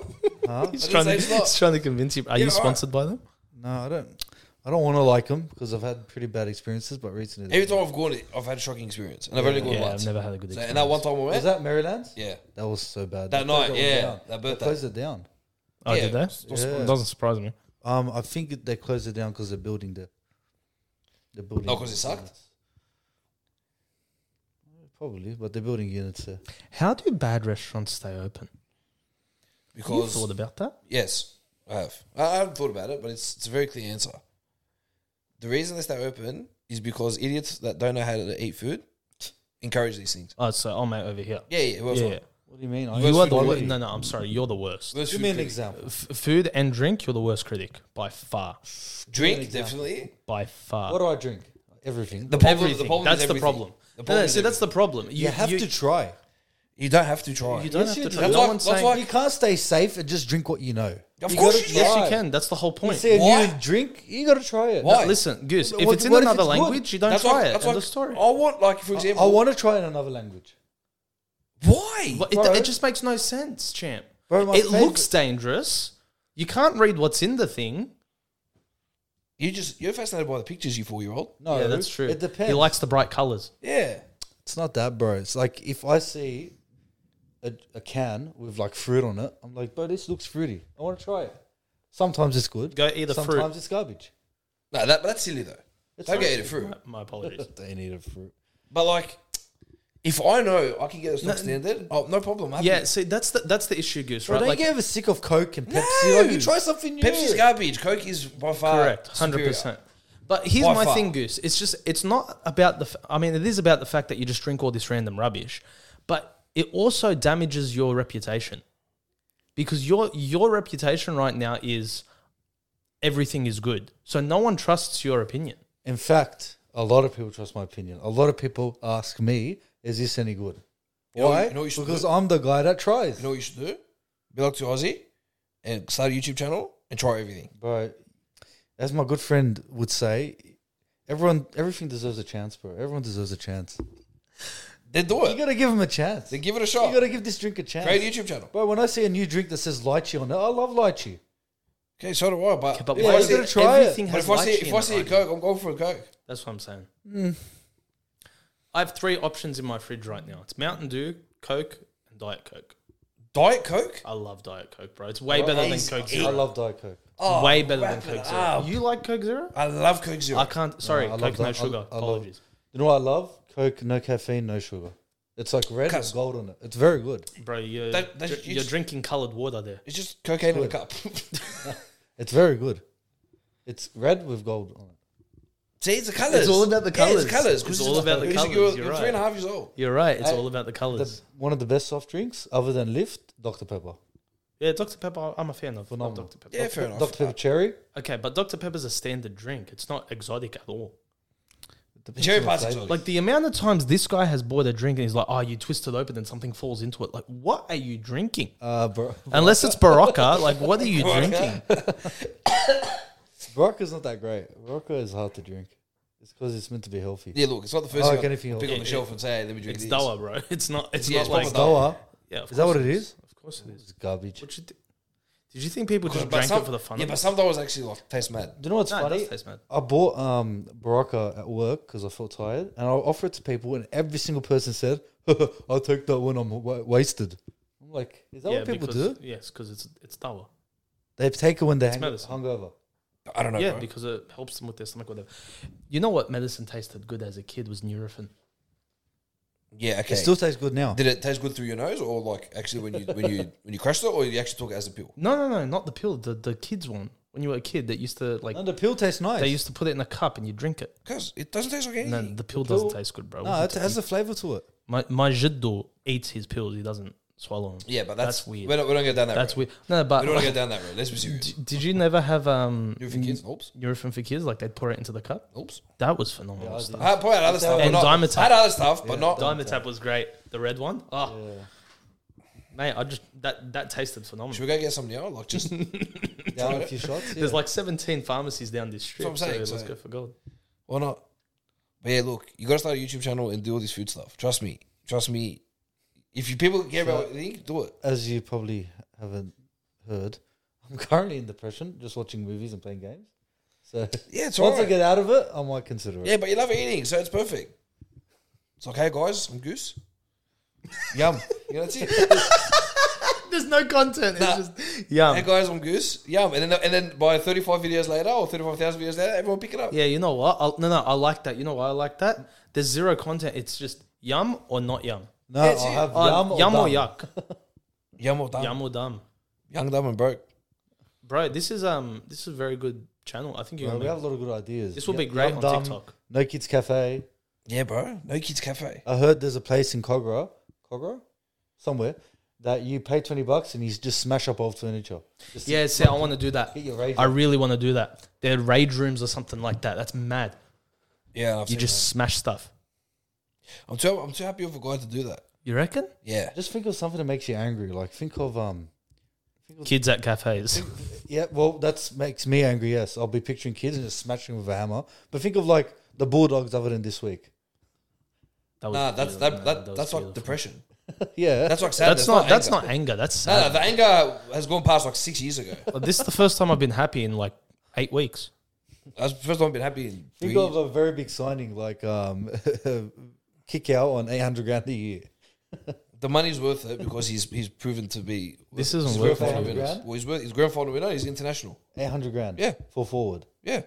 S3: Huh?
S1: He's
S2: I didn't
S1: trying,
S2: say
S1: to,
S2: it's not.
S1: he's trying to convince you. Are you
S2: Yeah, all right.
S1: sponsored by them?
S3: no, I don't. I don't want to like them because I've had pretty bad experiences. But recently,
S2: Every time I've gone, I've had a shocking experience, and I've only gone
S1: Yeah,
S2: once.
S1: I've never had a good
S2: So,
S1: experience.
S2: and that one time I
S3: was
S2: went,
S3: that Maryland's?
S2: yeah,
S3: That was so bad.
S2: That
S3: They closed
S2: night,
S3: that one
S2: yeah,
S3: down.
S2: that
S3: they
S2: birthday.
S3: closed it down.
S1: oh,
S2: yeah,
S1: did they?
S2: it's not
S3: Yeah.
S1: It doesn't surprise me.
S3: Um, I think they closed it down because they're building the. The building.
S2: Oh, 'cause it sucked?
S3: Probably, but they're building units there.
S1: How do bad restaurants stay open? You
S2: because
S1: thought about that?
S2: Yes, I have. I, I haven't thought about it, but it's, it's a very clear answer. The reason they stay open is because idiots that don't know how to eat food encourage these things.
S1: Oh, so I'm out over here.
S2: Yeah, yeah, who else
S1: Yeah,
S2: would?
S1: yeah.
S3: What do you mean? I
S1: You are the
S3: I-
S1: worst. No, no, I'm sorry. You're the worst.
S2: Let's
S3: Give me an example.
S1: F- food and drink, you're the worst critic by far.
S2: Drink,
S3: example.
S2: definitely.
S1: by far.
S3: What do I drink? Everything.
S2: The problem,
S1: Everything.
S2: The problem
S1: that's
S2: is
S1: the
S2: everything.
S1: problem.
S2: The
S1: no,
S2: problem
S1: no,
S2: is
S1: see, that's the problem. You,
S3: you have
S1: you-
S3: to try.
S2: You don't have to try.
S1: You don't
S3: Yes,
S1: have to
S3: you do.
S1: try.
S3: That's
S1: No
S2: why-
S1: one's
S2: that's
S1: saying.
S2: why-
S3: You can't stay safe and just drink what you know.
S2: Of course
S3: gotta
S2: you
S1: yes,
S3: try.
S1: you can. That's the whole
S3: You
S1: point.
S3: see a
S2: Why?
S3: new drink, you got to try it.
S2: Why?
S1: Listen, Goose, if
S3: What-
S1: it's in
S3: what if
S1: another
S3: it's good?
S1: language, you don't
S2: That's
S1: try
S2: why-
S1: it.
S2: that's
S1: End
S2: why
S1: of story.
S3: Oh,
S2: I want, like, for
S3: I,
S2: example,
S3: I want to try it in another language.
S2: why?
S1: But it,
S3: Bro.
S1: it just makes no sense, champ.
S3: Bro, my
S1: it looks
S3: favorite-
S1: dangerous. You can't read what's in the thing.
S2: You just you're fascinated by the pictures, you four year old.
S3: No,
S1: yeah, that's true.
S3: It depends.
S1: He likes the bright colors.
S2: Yeah,
S3: It's not that, bro. It's like if I see a, a can with like fruit on it, I'm like, bro, this looks fruity. I want to try it. Sometimes it's good.
S1: Go eat a fruit.
S3: Sometimes it's garbage.
S2: no, that but that's silly though.
S3: It's
S2: don't
S3: not
S2: get eaten fruit.
S1: My apologies.
S3: They need a fruit.
S2: But like, if I know I can get a stock standard, oh no problem. I'm
S1: yeah,
S2: happy.
S1: see, that's the that's the issue, Goose.
S3: Bro,
S1: Right?
S3: don't
S1: Like,
S3: you get ever sick of Coke and Pepsi?
S2: No.
S3: Like you try something new.
S2: Pepsi's garbage. Coke is by far
S1: Correct, hundred percent. But here's
S2: By
S1: my
S2: far.
S1: thing, Goose. It's just it's not about the. F- I mean, it is about the fact that you just drink all this random rubbish, but it also damages your reputation because your your reputation right now is everything is good, so no one trusts your opinion.
S3: In fact, a lot of people trust my opinion. A lot of people ask me, "Is this any good?"
S2: You know-
S3: Why?
S2: you know what you should
S3: because
S2: do?
S3: I'm the guy that tries,
S2: You know what you should do? Be like to Aussie and start a YouTube channel and try everything.
S3: bro. As my good friend would say, everyone, everything deserves a chance, bro. Everyone deserves a chance.
S2: Then do
S3: You
S2: it.
S3: gotta give them a chance.
S2: Then
S3: You
S2: give it a shot.
S3: gotta give this drink a chance,
S2: Create a YouTube channel.
S3: bro. When I see a new drink that says lychee on it, I love lychee.
S2: Okay, so do I. But,
S1: But
S2: if,
S1: why
S2: I
S1: is
S2: see,
S3: gotta
S1: it,
S2: but
S3: try it.
S1: everything has
S2: if I see
S1: lychee
S2: if
S1: in
S2: I
S1: it
S2: see a Mm.
S1: right now?
S2: Coke, I'm going for a Coke.
S1: That's what I'm saying. I have three options in my fridge right now. It's Mountain Dew, Coke, and Diet Coke.
S2: Diet Coke.
S1: I love Diet Coke, bro. It's way better than
S2: he's-
S1: Coke
S3: I
S1: Zero.
S3: love diet coke.
S2: Oh,
S1: way better than
S2: wrap it
S1: Coke Zero.
S2: up.
S1: You like Coke Zero?
S2: I love Coke Zero.
S1: I can't. Sorry,
S3: I love
S1: Coke no
S3: that. I-
S1: sugar.
S3: I love-
S1: Apologies,
S3: You know what I love? Coke, no caffeine, no sugar. It's like red with
S2: Cuz-
S3: gold on it. It's very good.
S1: bro. You're
S2: That- that's-
S1: dr- you're
S2: it's-
S1: drinking colored water there.
S2: It's just cocaine in a
S3: Good.
S2: cup.
S3: It's very good. It's red with gold on it.
S2: See, it's the colors.
S1: It's all about the
S2: Yeah,
S1: colours.
S2: it's colors.
S1: It's all about the colours,
S2: You're,
S1: you're
S2: you're
S1: right.
S2: three and a half years old.
S1: You're right. It's
S3: I-
S1: all about the
S3: the,
S1: colors.
S3: one of the best soft drinks other than Lift, Dr Pepper.
S1: yeah, Dr Pepper. I'm a fan of. Love
S3: Phenomenal.
S1: Dr Pepper.
S2: Yeah, fair enough.
S3: Dr Pepper cherry.
S1: Okay, but Dr Pepper's a standard drink. It's not exotic at all.
S3: Depends
S2: cherry
S3: on the
S2: pie's
S3: flavour.
S2: exotic.
S1: Like the amount of times this guy has bought a drink and he's like, "Oh, you twist it open and something falls into it." Like, what are you drinking?
S3: Uh, bro,
S1: Unless it's Barocca, like, what are you
S2: Barocca.
S1: drinking?
S3: Barocca's not that great. Barocca is hard to drink. It's because it's meant to be healthy.
S2: Yeah, look, it's not the first
S3: Oh, I
S2: thing
S3: like
S2: I
S3: anything
S2: pick
S3: else.
S2: on the shelf and say, hey, let me drink
S1: It's
S2: this.
S1: Dawa, bro. It's not. It's
S2: Yeah,
S1: not
S2: it's
S1: like
S2: proper
S3: Doha,
S1: Yeah, of
S3: is that
S1: course
S3: what it is?
S1: Of course it is.
S3: It's garbage.
S1: What you thi- Did you think people
S2: Because-
S1: just
S2: but
S1: drank
S2: some-
S1: it for the fun
S2: Yeah,
S1: of
S2: but
S1: it?
S2: some Dawa's actually like taste mad.
S3: Do you know what's
S1: No, it
S3: funny?
S1: does taste bad.
S3: I bought um, Barocca at work because I felt tired, and I offered it to people, and every single person said, "I'll take that when I'm wa- wasted." I'm like, is that what people
S1: because,
S3: do?
S1: Yes, because it's it's dawa.
S3: They take it when they're hang-
S1: medicine.
S3: hungover.
S2: I don't know,
S1: yeah,
S2: bro.
S1: because it helps them with their stomach, whatever. You know what medicine tasted good as a kid was Nurofen.
S2: Yeah, okay.
S3: It still tastes good now.
S2: Did it taste good through your nose, or like actually when you when you when you crushed it, or you actually took it as a pill?
S1: No, no, no, not the pill. The the kids one. When you were a kid, that used to like
S3: And the pill tastes Oh, nice.
S1: they used to put it in a cup and you drink it.
S2: Because it doesn't taste like anything.
S1: And then the pill
S3: The pill-
S1: doesn't taste good, bro.
S3: no, it has a flavor to it.
S1: my my jiddu eats his pills. He doesn't swallow them.
S2: yeah, but that's,
S1: That's weird.
S2: We're not, we're not going down that.
S1: That's
S2: road.
S1: weird. No, but
S2: We don't want to go down that road. Let's be serious.
S1: d- did you never have um
S2: New for kids. Oops.
S1: Nurofen for kids? Like they'd pour it into the cup.
S2: Oops.
S1: That was phenomenal.
S3: I
S1: stuff.
S2: I had probably had other stuff. but
S1: And
S2: not-
S1: Dimetap.
S2: I had other stuff, but not.
S1: Dimetap was great. The red one. Oh,
S3: Yeah.
S1: mate, I just that that tasted phenomenal.
S2: Should we go get some now? Like just
S3: Down
S2: Tried
S3: a
S2: it.
S3: few shots. Yeah.
S1: There's like 17 pharmacies down this street.
S2: That's what I'm saying,
S1: so let's
S2: so-
S1: go for gold.
S2: Why not? But yeah, look, you gotta start a YouTube channel and do all this food stuff. Trust me. Trust me. If you people care about what you think, do it.
S3: As you probably haven't heard, I'm currently in depression, just watching movies and playing games. So
S2: Yeah, it's
S3: once
S2: alright.
S3: I get out of it, I might consider it.
S2: yeah, but you love eating, so it's perfect. It's like, hey guys, I'm goose. Yum. you know, that's it.
S1: There's no content.
S2: Nah.
S1: It's just yum.
S2: hey guys, I'm goose. Yum. And then and then by 35 videos later or 35,000 videos later, everyone pick it up.
S1: Yeah, you know what? I'll, no, no, I like that. You know why I like that? There's zero content. It's just yum or not yum.
S3: No,
S2: That's
S3: I'll
S2: it.
S3: have
S1: Uh,
S3: yum,
S1: yum
S3: or
S1: or
S3: dumb.
S1: yuck.
S2: Yum or dumb.
S1: yum or dumb.
S2: Young, dumb and broke.
S1: Bro, this is um, this is a very good channel. I think you're
S3: Bro, we
S1: gonna
S3: have a lot of good ideas.
S1: This will
S3: Yum-
S1: be great
S3: Yum
S1: on
S3: Dumb,
S1: TikTok.
S3: No Kids Cafe.
S2: Yeah, bro. No kids cafe.
S3: I heard there's a place in Cogra, Cogra, somewhere that you pay twenty bucks and you just smash up old furniture. Just
S1: Yeah, see, I want to do that.
S3: Get your rage
S1: I
S3: on.
S1: really want to do that. They're raid rooms or something like that. That's mad.
S2: Yeah, I've
S1: You
S2: seen
S1: just smash stuff.
S2: that. I'm too. I'm too happy with a guy to do that.
S1: You reckon?
S2: Yeah,
S3: Just think of something that makes you angry. Like think of um.
S1: Kids at cafes.
S3: Yeah, well, that makes me angry. Yes, I'll be picturing kids and just smashing with a hammer. But think of like the Bulldogs other than this week.
S1: That was
S2: nah, that's
S1: beautiful,
S2: that,
S1: man.
S2: that,
S1: was
S2: that's like
S1: beautiful.
S2: depression.
S3: yeah,
S2: That's like sadness.
S1: That's not. That's
S2: anger.
S1: not anger. That's
S2: No,
S1: sad.
S2: no, the anger has gone past like six years ago.
S1: But this is the first time I've been happy in like eight weeks.
S2: That's the first time I've been happy in three
S3: think of
S2: years.
S3: a very big signing like um, kick out on eight hundred grand a year.
S2: The money's worth it because he's he's proven to be.
S1: This isn't
S2: he's
S1: worth
S2: grand
S3: it.
S2: final winners.
S3: Grand?
S2: Well, he's worth, he's grand final winner. He's international.
S3: Eight hundred grand.
S2: Yeah.
S3: for forward.
S2: Yeah.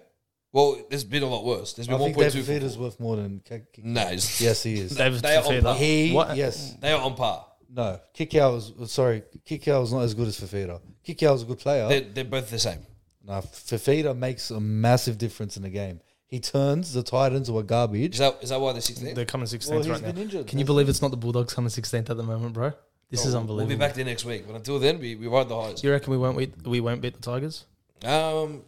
S2: Well, there's been a lot worse. There's
S3: I
S2: been one
S3: think
S2: point
S3: David
S2: two.
S3: Feeder's worth more than kick, kick.
S2: No, it's-
S3: Yes, he is.
S1: David
S2: They are on
S1: Fafita.
S2: par.
S3: He
S1: What?
S3: yes
S2: they are on par.
S3: no kick out was sorry kick out was not as good as Fafita. Kick out was a good player.
S2: They're, they're both the same.
S3: No, Fafita makes a massive difference in the game. He turns the Titans who are
S2: Is
S3: garbage.
S2: that is that why they're 16th?
S1: They're coming 16th
S3: Well, he's
S1: right now.
S3: been injured.
S1: Can you believe it's not the Bulldogs coming 16th at the moment, bro? This is
S2: Oh, We'll
S1: unbelievable.
S2: be back there next week. But until then, we, we ride the highs.
S1: Do you reckon we won't beat, we won't beat the Tigers?
S2: Um,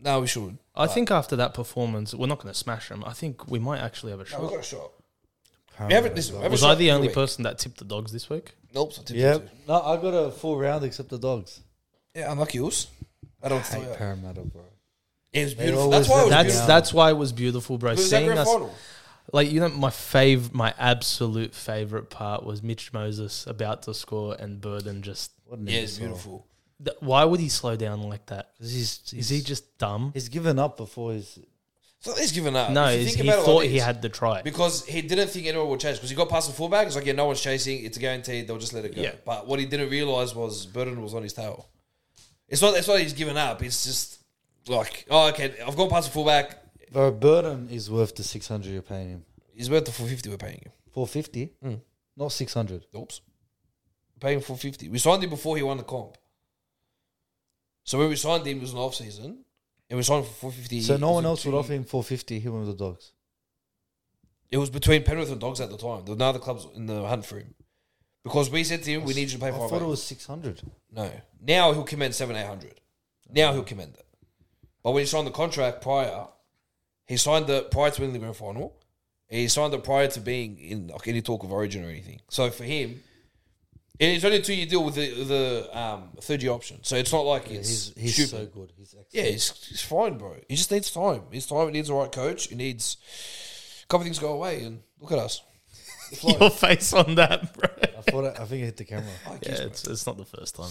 S2: no, we shouldn't.
S1: I think after that performance, we're not going to smash them. I think we might actually have a
S2: No, we've
S1: shot.
S2: got a shot. We haven't, listen, we haven't
S1: Was
S2: shot
S1: I the
S2: every
S1: only
S2: week.
S1: person that tipped the dogs this week?
S2: Nope. so tipped
S3: Yeah,
S2: it to-
S3: no, I got a full round except the dogs.
S2: Yeah, unlucky us. I don't
S3: Hate
S2: think
S3: Parramatta, bro.
S2: it was
S3: They
S2: beautiful.
S3: always
S2: That's why it was
S3: let
S1: That's
S2: beautiful.
S1: that's why it was beautiful, bro.
S2: It was that
S1: Seeing
S2: grand
S1: us,
S2: final.
S1: like you know, my fav, my absolute favorite part was Mitch Moses about to score and Burden just.
S3: What an
S2: Yeah, it's
S3: imbecile.
S2: beautiful.
S1: Th- why would he slow down like that?
S3: 'Cause He's,
S1: Is he just dumb?
S3: He's given up before he's.
S2: So he's given up.
S1: No,
S2: If you
S1: is
S2: think
S1: he
S2: about it like
S1: thought he
S2: this,
S1: had the try.
S2: because he didn't think anyone would chase because he got past the fullback. It's like yeah, no one's chasing. It's guaranteed. They'll just let it go.
S1: Yeah.
S2: But what he didn't realize was Burden was on his tail. It's not. It's not. that He's given up. It's just like oh okay, I've gone past the fullback.
S3: Bro, Burden is worth the six hundred you're paying him.
S2: He's worth the four fifty we're paying him.
S3: Four fifty, not six hundred.
S2: Oops, paying four fifty. We signed him before he won the comp. So when we signed him, it was an off season, and we signed him for four fifty.
S3: So no one else would offer him four fifty. He went with the dogs.
S2: It was between Penrith and Dogs at the time. There were no other clubs in the hunt for him. Because we said to him, we need you to pay
S3: I
S2: five. eight.
S3: thought it was six hundred.
S2: No. Now he'll commend seven eight hundred. Now he'll commend it. But when he signed the contract prior, he signed it prior to winning the grand final. and He signed it prior to being in like any talk of origin or anything. So for him, and it's only a two year deal with the the um, third year option. So it's not like it's
S3: He's he's
S2: stupid.
S3: so good. He's excellent.
S2: yeah, it's, it's fine, bro. He just needs time. It's time. It needs the right coach. It needs a couple of things go away. And look at us.
S1: Your face on that, bro.
S3: I thought I, I think I hit the camera.
S2: Like,
S1: Yeah, it's, it's not the first time.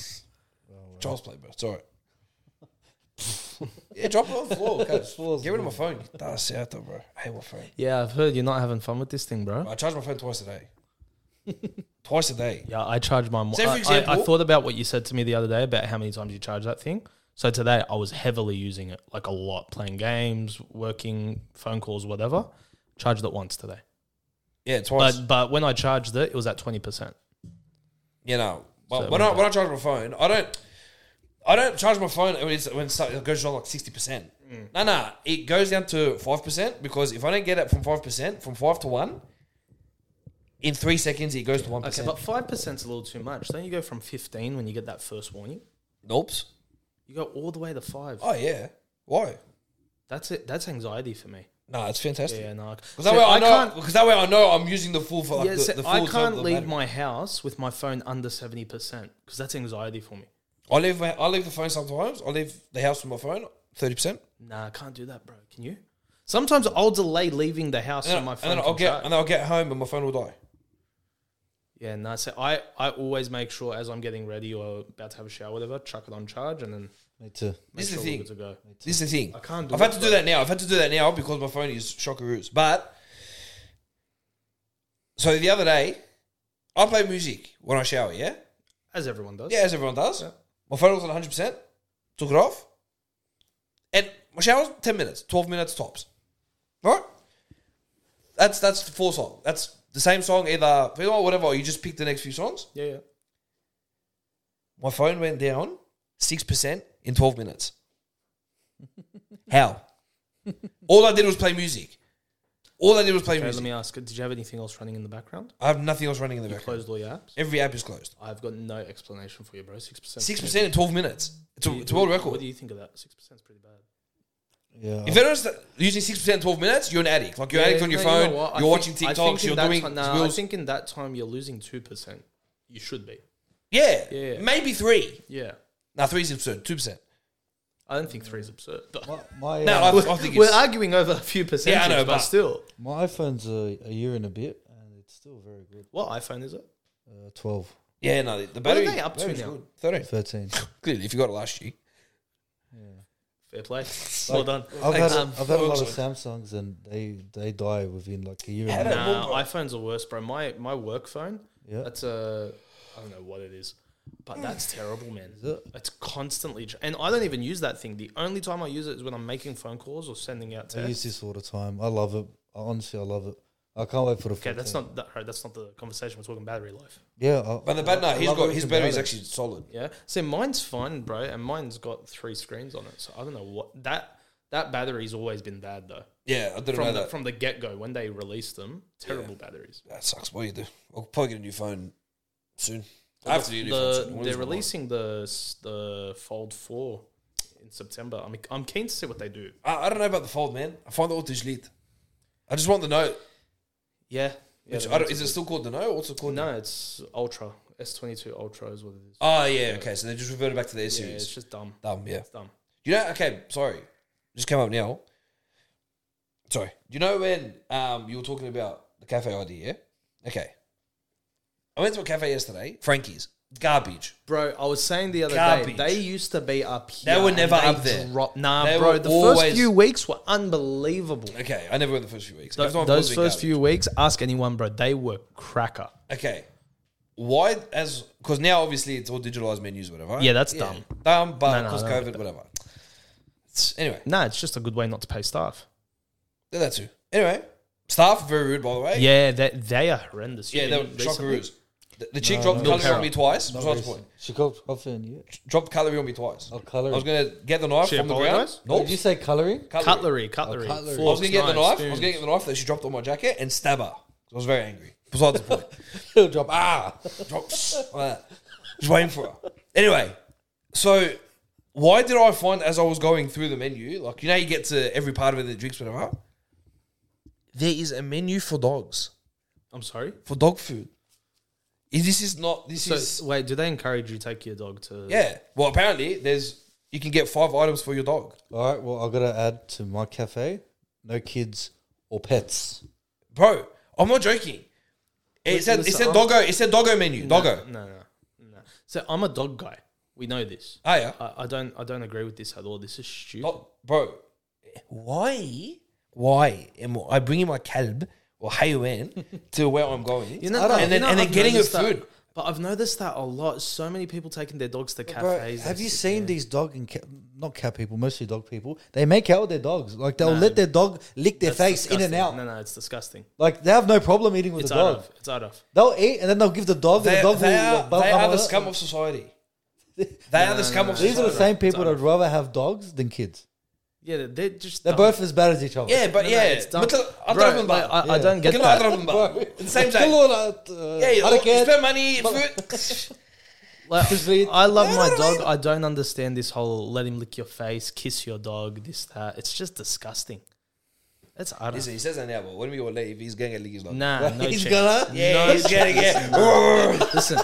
S2: Charles play, bro. It's all right. yeah, drop it on the floor. Cuz.
S3: Floor's
S2: Get rid of my phone. That's out though, bro. I hate my phone.
S1: Yeah, I've heard you're not having fun with this thing, bro.
S2: I charge my phone twice a day. twice a day.
S1: Yeah, I charge my. Mo-
S2: Say for
S1: I- I- I,
S2: example-
S1: thought about what you said to me the other day about how many times you charge that thing. So today I was heavily using it, like a lot, playing games, working, phone calls, whatever. Charged it once today,
S2: Yeah, twice.
S1: but but when I charged it, it was at twenty percent.
S2: you know, but
S1: So
S2: when I when I charge my phone, I don't. I don't charge my phone when, it's, when so- it goes down like sixty percent. No, no, it goes down to five percent because if I don't get it from five percent, from five to one, in three seconds it goes to one
S1: Okay,
S2: percent.
S1: but five percent's a little too much. Don't you go from fifteen when you get that first warning?
S2: nope.
S1: You go all the way to five.
S2: Oh yeah. Why?
S1: That's it. That's anxiety for me.
S2: No, it's fantastic.
S1: Yeah, no.
S2: Because that way I, know. Because that way I know I'm using the full. For like
S1: yeah,
S2: the,
S1: so
S2: the full
S1: I
S2: term of
S1: can't
S2: the
S1: leave
S2: battery.
S1: my house with my phone under seventy percent because that's anxiety for me.
S2: I leave. My, I leave the phone sometimes. I leave the house with my phone. Thirty percent.
S1: Nah, I can't do that, bro. Can you? Sometimes I'll delay leaving the house so
S2: And
S1: my phone.
S2: then I'll
S1: can
S2: get.
S1: charge.
S2: And then I'll get home and my phone will die.
S1: Yeah, no. So I, I always make sure as I'm getting ready or about to have a shower, whatever, chuck it on charge and then make
S3: Me too.
S2: This is
S1: sure
S2: the
S1: we're
S2: thing.
S1: good to go.
S2: This is the thing.
S1: I can't do
S2: I've had
S1: it,
S2: to do that now. I've had to do that now because my phone is shockaroos. But so the other day, I play music when I shower. Yeah,
S1: As everyone does.
S2: yeah, as everyone does. My phone was on one hundred percent. Took it off, and my shower's ten minutes, twelve minutes tops. Right? That's that's the full song. That's the same song either you know, whatever. You just pick the next few songs.
S1: Yeah, yeah.
S2: My phone went down six percent in twelve minutes. How? All I did was play music. All I did was play
S1: Okay, let
S2: music.
S1: me ask. Did you have anything else running in the background?
S2: I have nothing else running in the
S1: You
S2: background.
S1: closed all your apps.
S2: Every app is closed.
S1: I've got no explanation for you, bro. Six percent.
S2: Six percent in twelve minutes. It's a, it's a world
S1: What
S2: record.
S1: do you think of that? Six percent is pretty bad.
S3: Yeah.
S2: If anyone using six percent in twelve minutes, you're an addict. Like you're an addict on your
S1: no, you
S2: phone.
S1: know what? I
S2: you're
S1: think-
S2: watching
S1: I think
S2: TikToks.
S1: in
S2: You're
S1: that
S2: doing
S1: ti- nah, I
S2: reels.
S1: think in that time you're losing two percent. You should be.
S2: yeah,
S1: Yeah.
S2: maybe three.
S1: Yeah.
S2: Now three is absurd. Two percent.
S1: I don't think three is absurd. But
S3: My, my,
S2: No,
S3: uh,
S2: I, I think
S1: we're
S2: it's,
S1: arguing over a few percentages,
S2: know,
S1: but,
S2: but-
S1: still.
S3: my iPhone's a, a year and a bit, and it's still very good.
S1: What iPhone is it?
S3: Uh, 12,
S2: yeah. No,
S1: What
S2: the
S1: are
S2: battery.
S1: they up to
S2: battery's
S1: now?
S2: good. Thirteen.
S3: 13.
S2: Clearly, if you got it last year,
S1: Fair play. well done.
S3: I've had,
S1: Thanks. Um,
S3: a- I've had a lot of Samsungs, and they, they die within like a year. And a bit.
S1: Nah, iPhones are worse, bro. My my work phone.
S3: Yeah.
S1: That's a I don't know what it is,
S2: Hmm.
S1: but that's terrible, man.
S3: it?
S1: It's constantly ch- and I don't even use that thing. The only time I use it is when I'm making phone calls or sending out
S3: I use
S1: texts.
S3: this all the time. I love it. I, honestly, I love it. I can't wait for the.
S1: Okay, that's
S3: 14.
S1: not that, that's not the conversation. We're talking battery life.
S3: Yeah, I,
S2: but the bat,
S3: I-
S2: no,
S3: I
S2: he's
S3: love
S2: got his
S3: everything
S2: battery's
S3: about it.
S2: actually solid.
S1: Yeah. See, mine's fine, bro, and mine's got three screens on it. So I don't know what that that battery's always been bad though.
S2: Yeah, I didn't know
S1: From the,
S2: that.
S1: from the get go when they released them, terrible batteries.
S2: that sucks. What do you do? I'll probably get a new phone soon. I have to get a new phone
S1: The-
S2: soon. When is
S1: they're
S2: my last-
S1: releasing the s- the Fold Four in September. I'm I'm keen to see what they do.
S2: I, I don't know about the fold, man. I find the auto lit. I just want the note.
S1: Yeah.
S2: Which I don't, is it still called the note? What's it called?
S1: no, it's Ultra S22 Ultra is what it is.
S2: Oh yeah. Okay, so they just reverted back to the S
S1: yeah, it's
S2: series.
S1: just dumb.
S2: Dumb. Yeah.
S1: It's dumb.
S2: You know. Okay. Sorry. Just came up now. Sorry. You know when um you were talking about the cafe idea? Yeah. Okay. I went to a cafe yesterday. Frankie's. Garbage.
S1: Bro, I was saying the other
S2: Garbage.
S1: day they used to be up here.
S2: They were
S1: and
S2: never
S1: they
S2: up there.
S1: drop- nah,
S2: They
S1: bro.
S2: were
S1: The
S2: always-
S1: first few weeks were unbelievable.
S2: Okay. I never went the first few weeks.
S1: Th-
S2: Everyone
S1: those
S2: calls me
S1: first
S2: garbage.
S1: few weeks, ask anyone, bro. They were cracker.
S2: Okay. Why as because now obviously it's all digitalized menus, whatever.
S1: Yeah, that's dumb.
S2: Dumb, but
S1: No, no,
S2: because
S1: no.
S2: COVID, whatever. It's- anyway,
S1: Nah, it's just a good way not to pay staff.
S2: yeah, that's who. Anyway, staff are very rude, by the way.
S1: Yeah, they, they are horrendous.
S2: yeah,
S1: You
S2: they
S1: mean
S2: were
S1: recently?
S2: shockaroos. The, the chick dropped
S1: no,
S2: cutlery
S1: no.
S2: on me twice. That's the point.
S3: She called coffee and you.
S2: Dropped cutlery on me twice.
S3: Oh,
S2: I
S3: coloring.
S2: was gonna get the knife
S1: She
S2: from the ground.
S1: apologised?
S2: Nope.
S3: Did you say coloring?
S1: Cutlery, cutlery.
S3: Oh, cutlery.
S2: I was
S1: forks,
S2: gonna get the
S1: knives,
S2: knife. I was gonna get the knife that she dropped on my jacket and stab her. I was very angry. Besides the point.
S3: He'll drop. Ah,
S2: ah, drops. Just waiting for her. Anyway, so why did I find as I was going through the menu, like you know, you get to every part of it, the drinks, whatever. There is a menu for dogs
S1: I'm sorry.
S2: for dog food. Is- This is not. This is
S1: So wait, do they encourage you to take your dog to?
S2: yeah. Well, apparently there's you can get five items for your dog,
S3: All right. Well, I've got to add to my cafe: no kids or pets.
S2: bro. I'm not joking. It
S1: Listen,
S2: said it
S1: listen,
S2: said
S1: I'm-
S2: doggo. It said doggo menu. Doggo.
S1: No, Mm. no, no. So I'm a dog guy. We know this.
S2: Oh yeah.
S1: I, I don't. I don't agree with this at all. This is stupid.
S2: Oh, bro, why? Why am I bringing my calb or haywin to where I'm going?
S1: You know,
S3: I don't-
S1: you
S2: and then
S1: know,
S2: and then
S1: I've
S2: getting a
S1: noticed that-
S2: food.
S1: But I've noticed that a lot. So many people taking their dogs to
S3: Bro,
S1: cafes.
S3: have
S1: and
S3: you
S1: shit.
S3: seen these dog and cat, not cat people, mostly dog people? They make out with their dogs. Like they'll let their dog lick their
S1: That's
S3: face in and
S1: disgusting.
S3: out.
S1: No, no, it's disgusting.
S3: Like they have no problem eating with
S1: It's
S3: the
S1: out
S3: dog.
S1: of. It's out of.
S3: They'll eat and then they'll give the dog.
S2: They,
S3: and the dog
S2: they
S3: will
S2: are,
S3: bump
S2: they are
S3: up
S2: the
S3: on it.
S2: scum of society. They are the scum of
S3: These are
S2: society.
S3: the same people that would rather have dogs than kids.
S1: Yeah, they're just.
S3: They're
S1: dumb.
S3: both as bad as each other.
S2: Yeah, but
S1: No, no,
S2: yeah,
S1: uh, it's dumb.
S2: but the- I
S1: Bro,
S2: don't remember.
S1: like, I, I don't get
S2: Look
S1: that.
S2: at that, I don't remember. It's the same
S3: Kill
S2: thing.
S3: all that, uh,
S2: Yeah, you
S3: other
S2: you
S3: cat.
S2: spend money, food.
S1: Like,
S3: we-
S1: I love
S2: No,
S1: my
S2: no, no,
S1: dog.
S2: no.
S1: I don't understand this whole let him lick your face, kiss your dog, this that. It's just disgusting. It's I
S2: Listen,
S1: don't,
S2: he says that now, but when we all leave, he's going to leave his dog.
S1: nah, no
S3: He's
S1: chance.
S3: gonna.
S2: Yeah, he's going to get.
S1: Listen,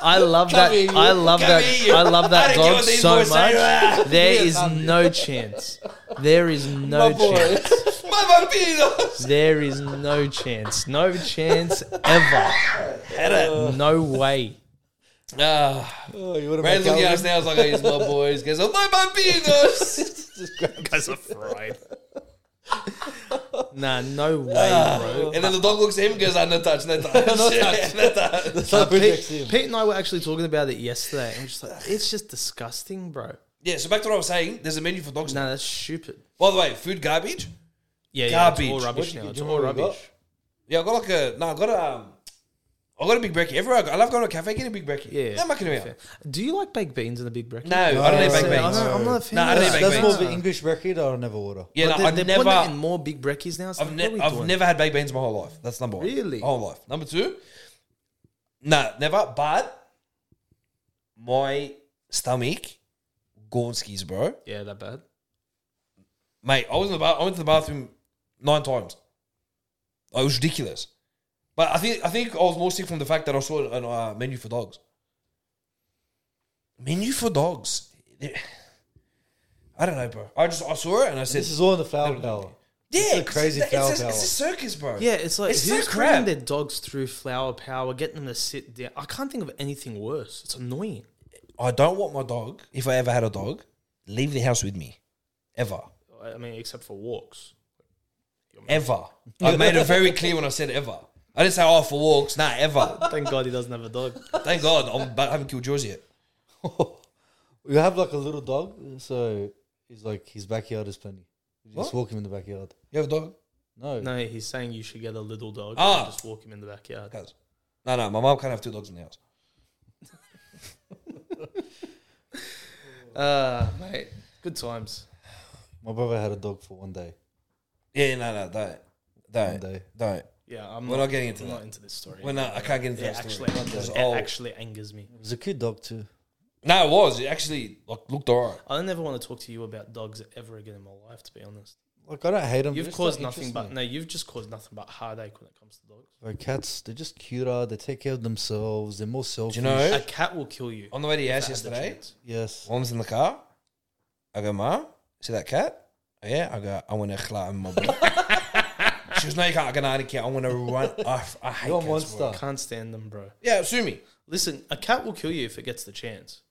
S1: I love that.
S3: here, you.
S1: I love
S2: Come
S1: that.
S2: here, you.
S1: I love
S2: I
S1: that
S2: don't care
S1: dog
S2: what these
S1: so
S2: boys say. Ah,
S1: much. There
S3: me a
S1: is
S3: thumb.
S1: no chance. There is no
S3: My boy.
S1: chance.
S2: My vampiro.
S1: There is no chance. No chance ever. No way.
S2: Ah.
S3: Oh, you wanna
S2: Brand's
S3: make out
S2: looking at
S3: with
S2: us now. It's like, oh, he's my boys. Guys, oh, my bambinos.
S1: Guys are fried. Nah, no way, bro.
S2: and then the dog looks at him goes, I no touch, no touch. no touch.
S3: So
S1: Pete,
S3: projects him.
S1: Uh, Pete and I were actually talking about it yesterday. I'm just like, it's just disgusting, bro.
S2: Yeah, so back to what I was saying. There's a menu for dogs.
S1: No, that's stupid.
S2: By the way, food garbage.
S1: Yeah, yeah, it's
S2: Garbage.
S1: all
S2: What
S1: rubbish
S3: you-
S1: now.
S3: do
S1: It's
S3: you
S1: all
S3: remember what we
S1: rubbish.
S2: Yeah, I got like a. No, I got a. Um, I got a big brekkie. Everywhere I go, I love going to a cafe, getting a big brekkie.
S1: Yeah.
S2: No mucking around.
S1: Do you like baked beans in the big breakfast?
S2: No, I don't
S3: No.
S2: eat baked
S3: Yeah, I
S2: beans.
S3: don't-
S1: I'm not a fan.
S2: No,
S1: of
S2: I don't
S1: that.
S2: eat
S3: That's
S2: baked
S3: more
S2: beans.
S3: of an English record I'll never order.
S2: Yeah,
S1: But
S2: no,
S1: they're,
S2: I've
S1: they're
S2: never,
S1: putting it in more big brekkies now. So
S2: I've, ne-
S1: what are we
S2: I've
S1: doing?
S2: never had baked beans my whole life. That's number one.
S1: Really?
S2: My whole life. Number two, no, never. But my stomach, Gornskis, bro.
S1: Yeah, that bad.
S2: Mate, I was in the bath. I went to the bathroom nine times. It was ridiculous. But I think I think I was more sick from the fact that I saw an uh, menu for dogs. Menu for dogs. I don't know, bro. I just I saw it and I said,
S3: This is all in the flower power.
S2: "Yeah,
S3: is a crazy
S2: it's,
S3: flower
S2: it's, a,
S3: power.
S2: it's a circus, bro."
S1: Yeah, it's like
S2: It's so
S1: who's
S2: crap.
S1: bringing their dogs through flower power, getting them to sit down. I can't think of anything worse. It's annoying.
S2: I don't want my dog, if I ever had a dog, leave the house with me. Ever.
S1: I mean, except for walks.
S2: Ever. I made it very clear when I said ever. I didn't say, oh, for walks. Nah, ever.
S1: Thank God he doesn't have a dog.
S2: Thank God. I'm, but I haven't killed yours yet.
S3: We have like a little dog, so he's like his backyard is plenty. You just walk him in the backyard.
S2: You have a dog?
S3: No,
S1: No, he's saying you should get a little dog
S2: Ah.
S1: and just walk him in the backyard.
S2: Guys. No, no. My mom can't have two dogs in the house.
S1: Uh, mate, good times.
S3: my brother had a dog for one day.
S2: Yeah, no, no. Don't. Don't.
S3: Monday.
S2: Don't.
S1: Yeah, I'm
S2: We're
S1: not,
S2: not getting into
S1: I'm
S2: that.
S1: not into this story.
S2: Well, no, I can't get into
S1: it
S2: that
S1: actually,
S2: story.
S1: it
S2: Oh.
S1: actually angers me.
S3: It was a cute dog too.
S2: No, it was. It actually like, looked all right.
S1: I don't ever want to talk to you about dogs ever again in my life. To be honest,
S3: Like I don't hate them.
S1: you've caused nothing but no, you've just caused nothing but heartache when it comes to dogs.
S3: Like cats, they're just cuter. They take care of themselves. They're more selfish.
S2: you know-
S1: A cat will kill you.
S2: On the way to your
S1: if it had
S2: house
S1: the
S2: yesterday,
S1: chance.
S3: Yes.
S2: Mom's in the car. I go, Ma, see that cat? "Oh, Yeah. I go, I want to climb my bro. she goes, No, you can't. I go, no, I don't care. I want to run. I, I hate
S3: You're a
S2: cats,
S3: monster.
S2: Bro.
S1: Can't stand them, bro.
S2: Yeah, sue me.
S1: Listen, a cat will kill you if it gets the chance.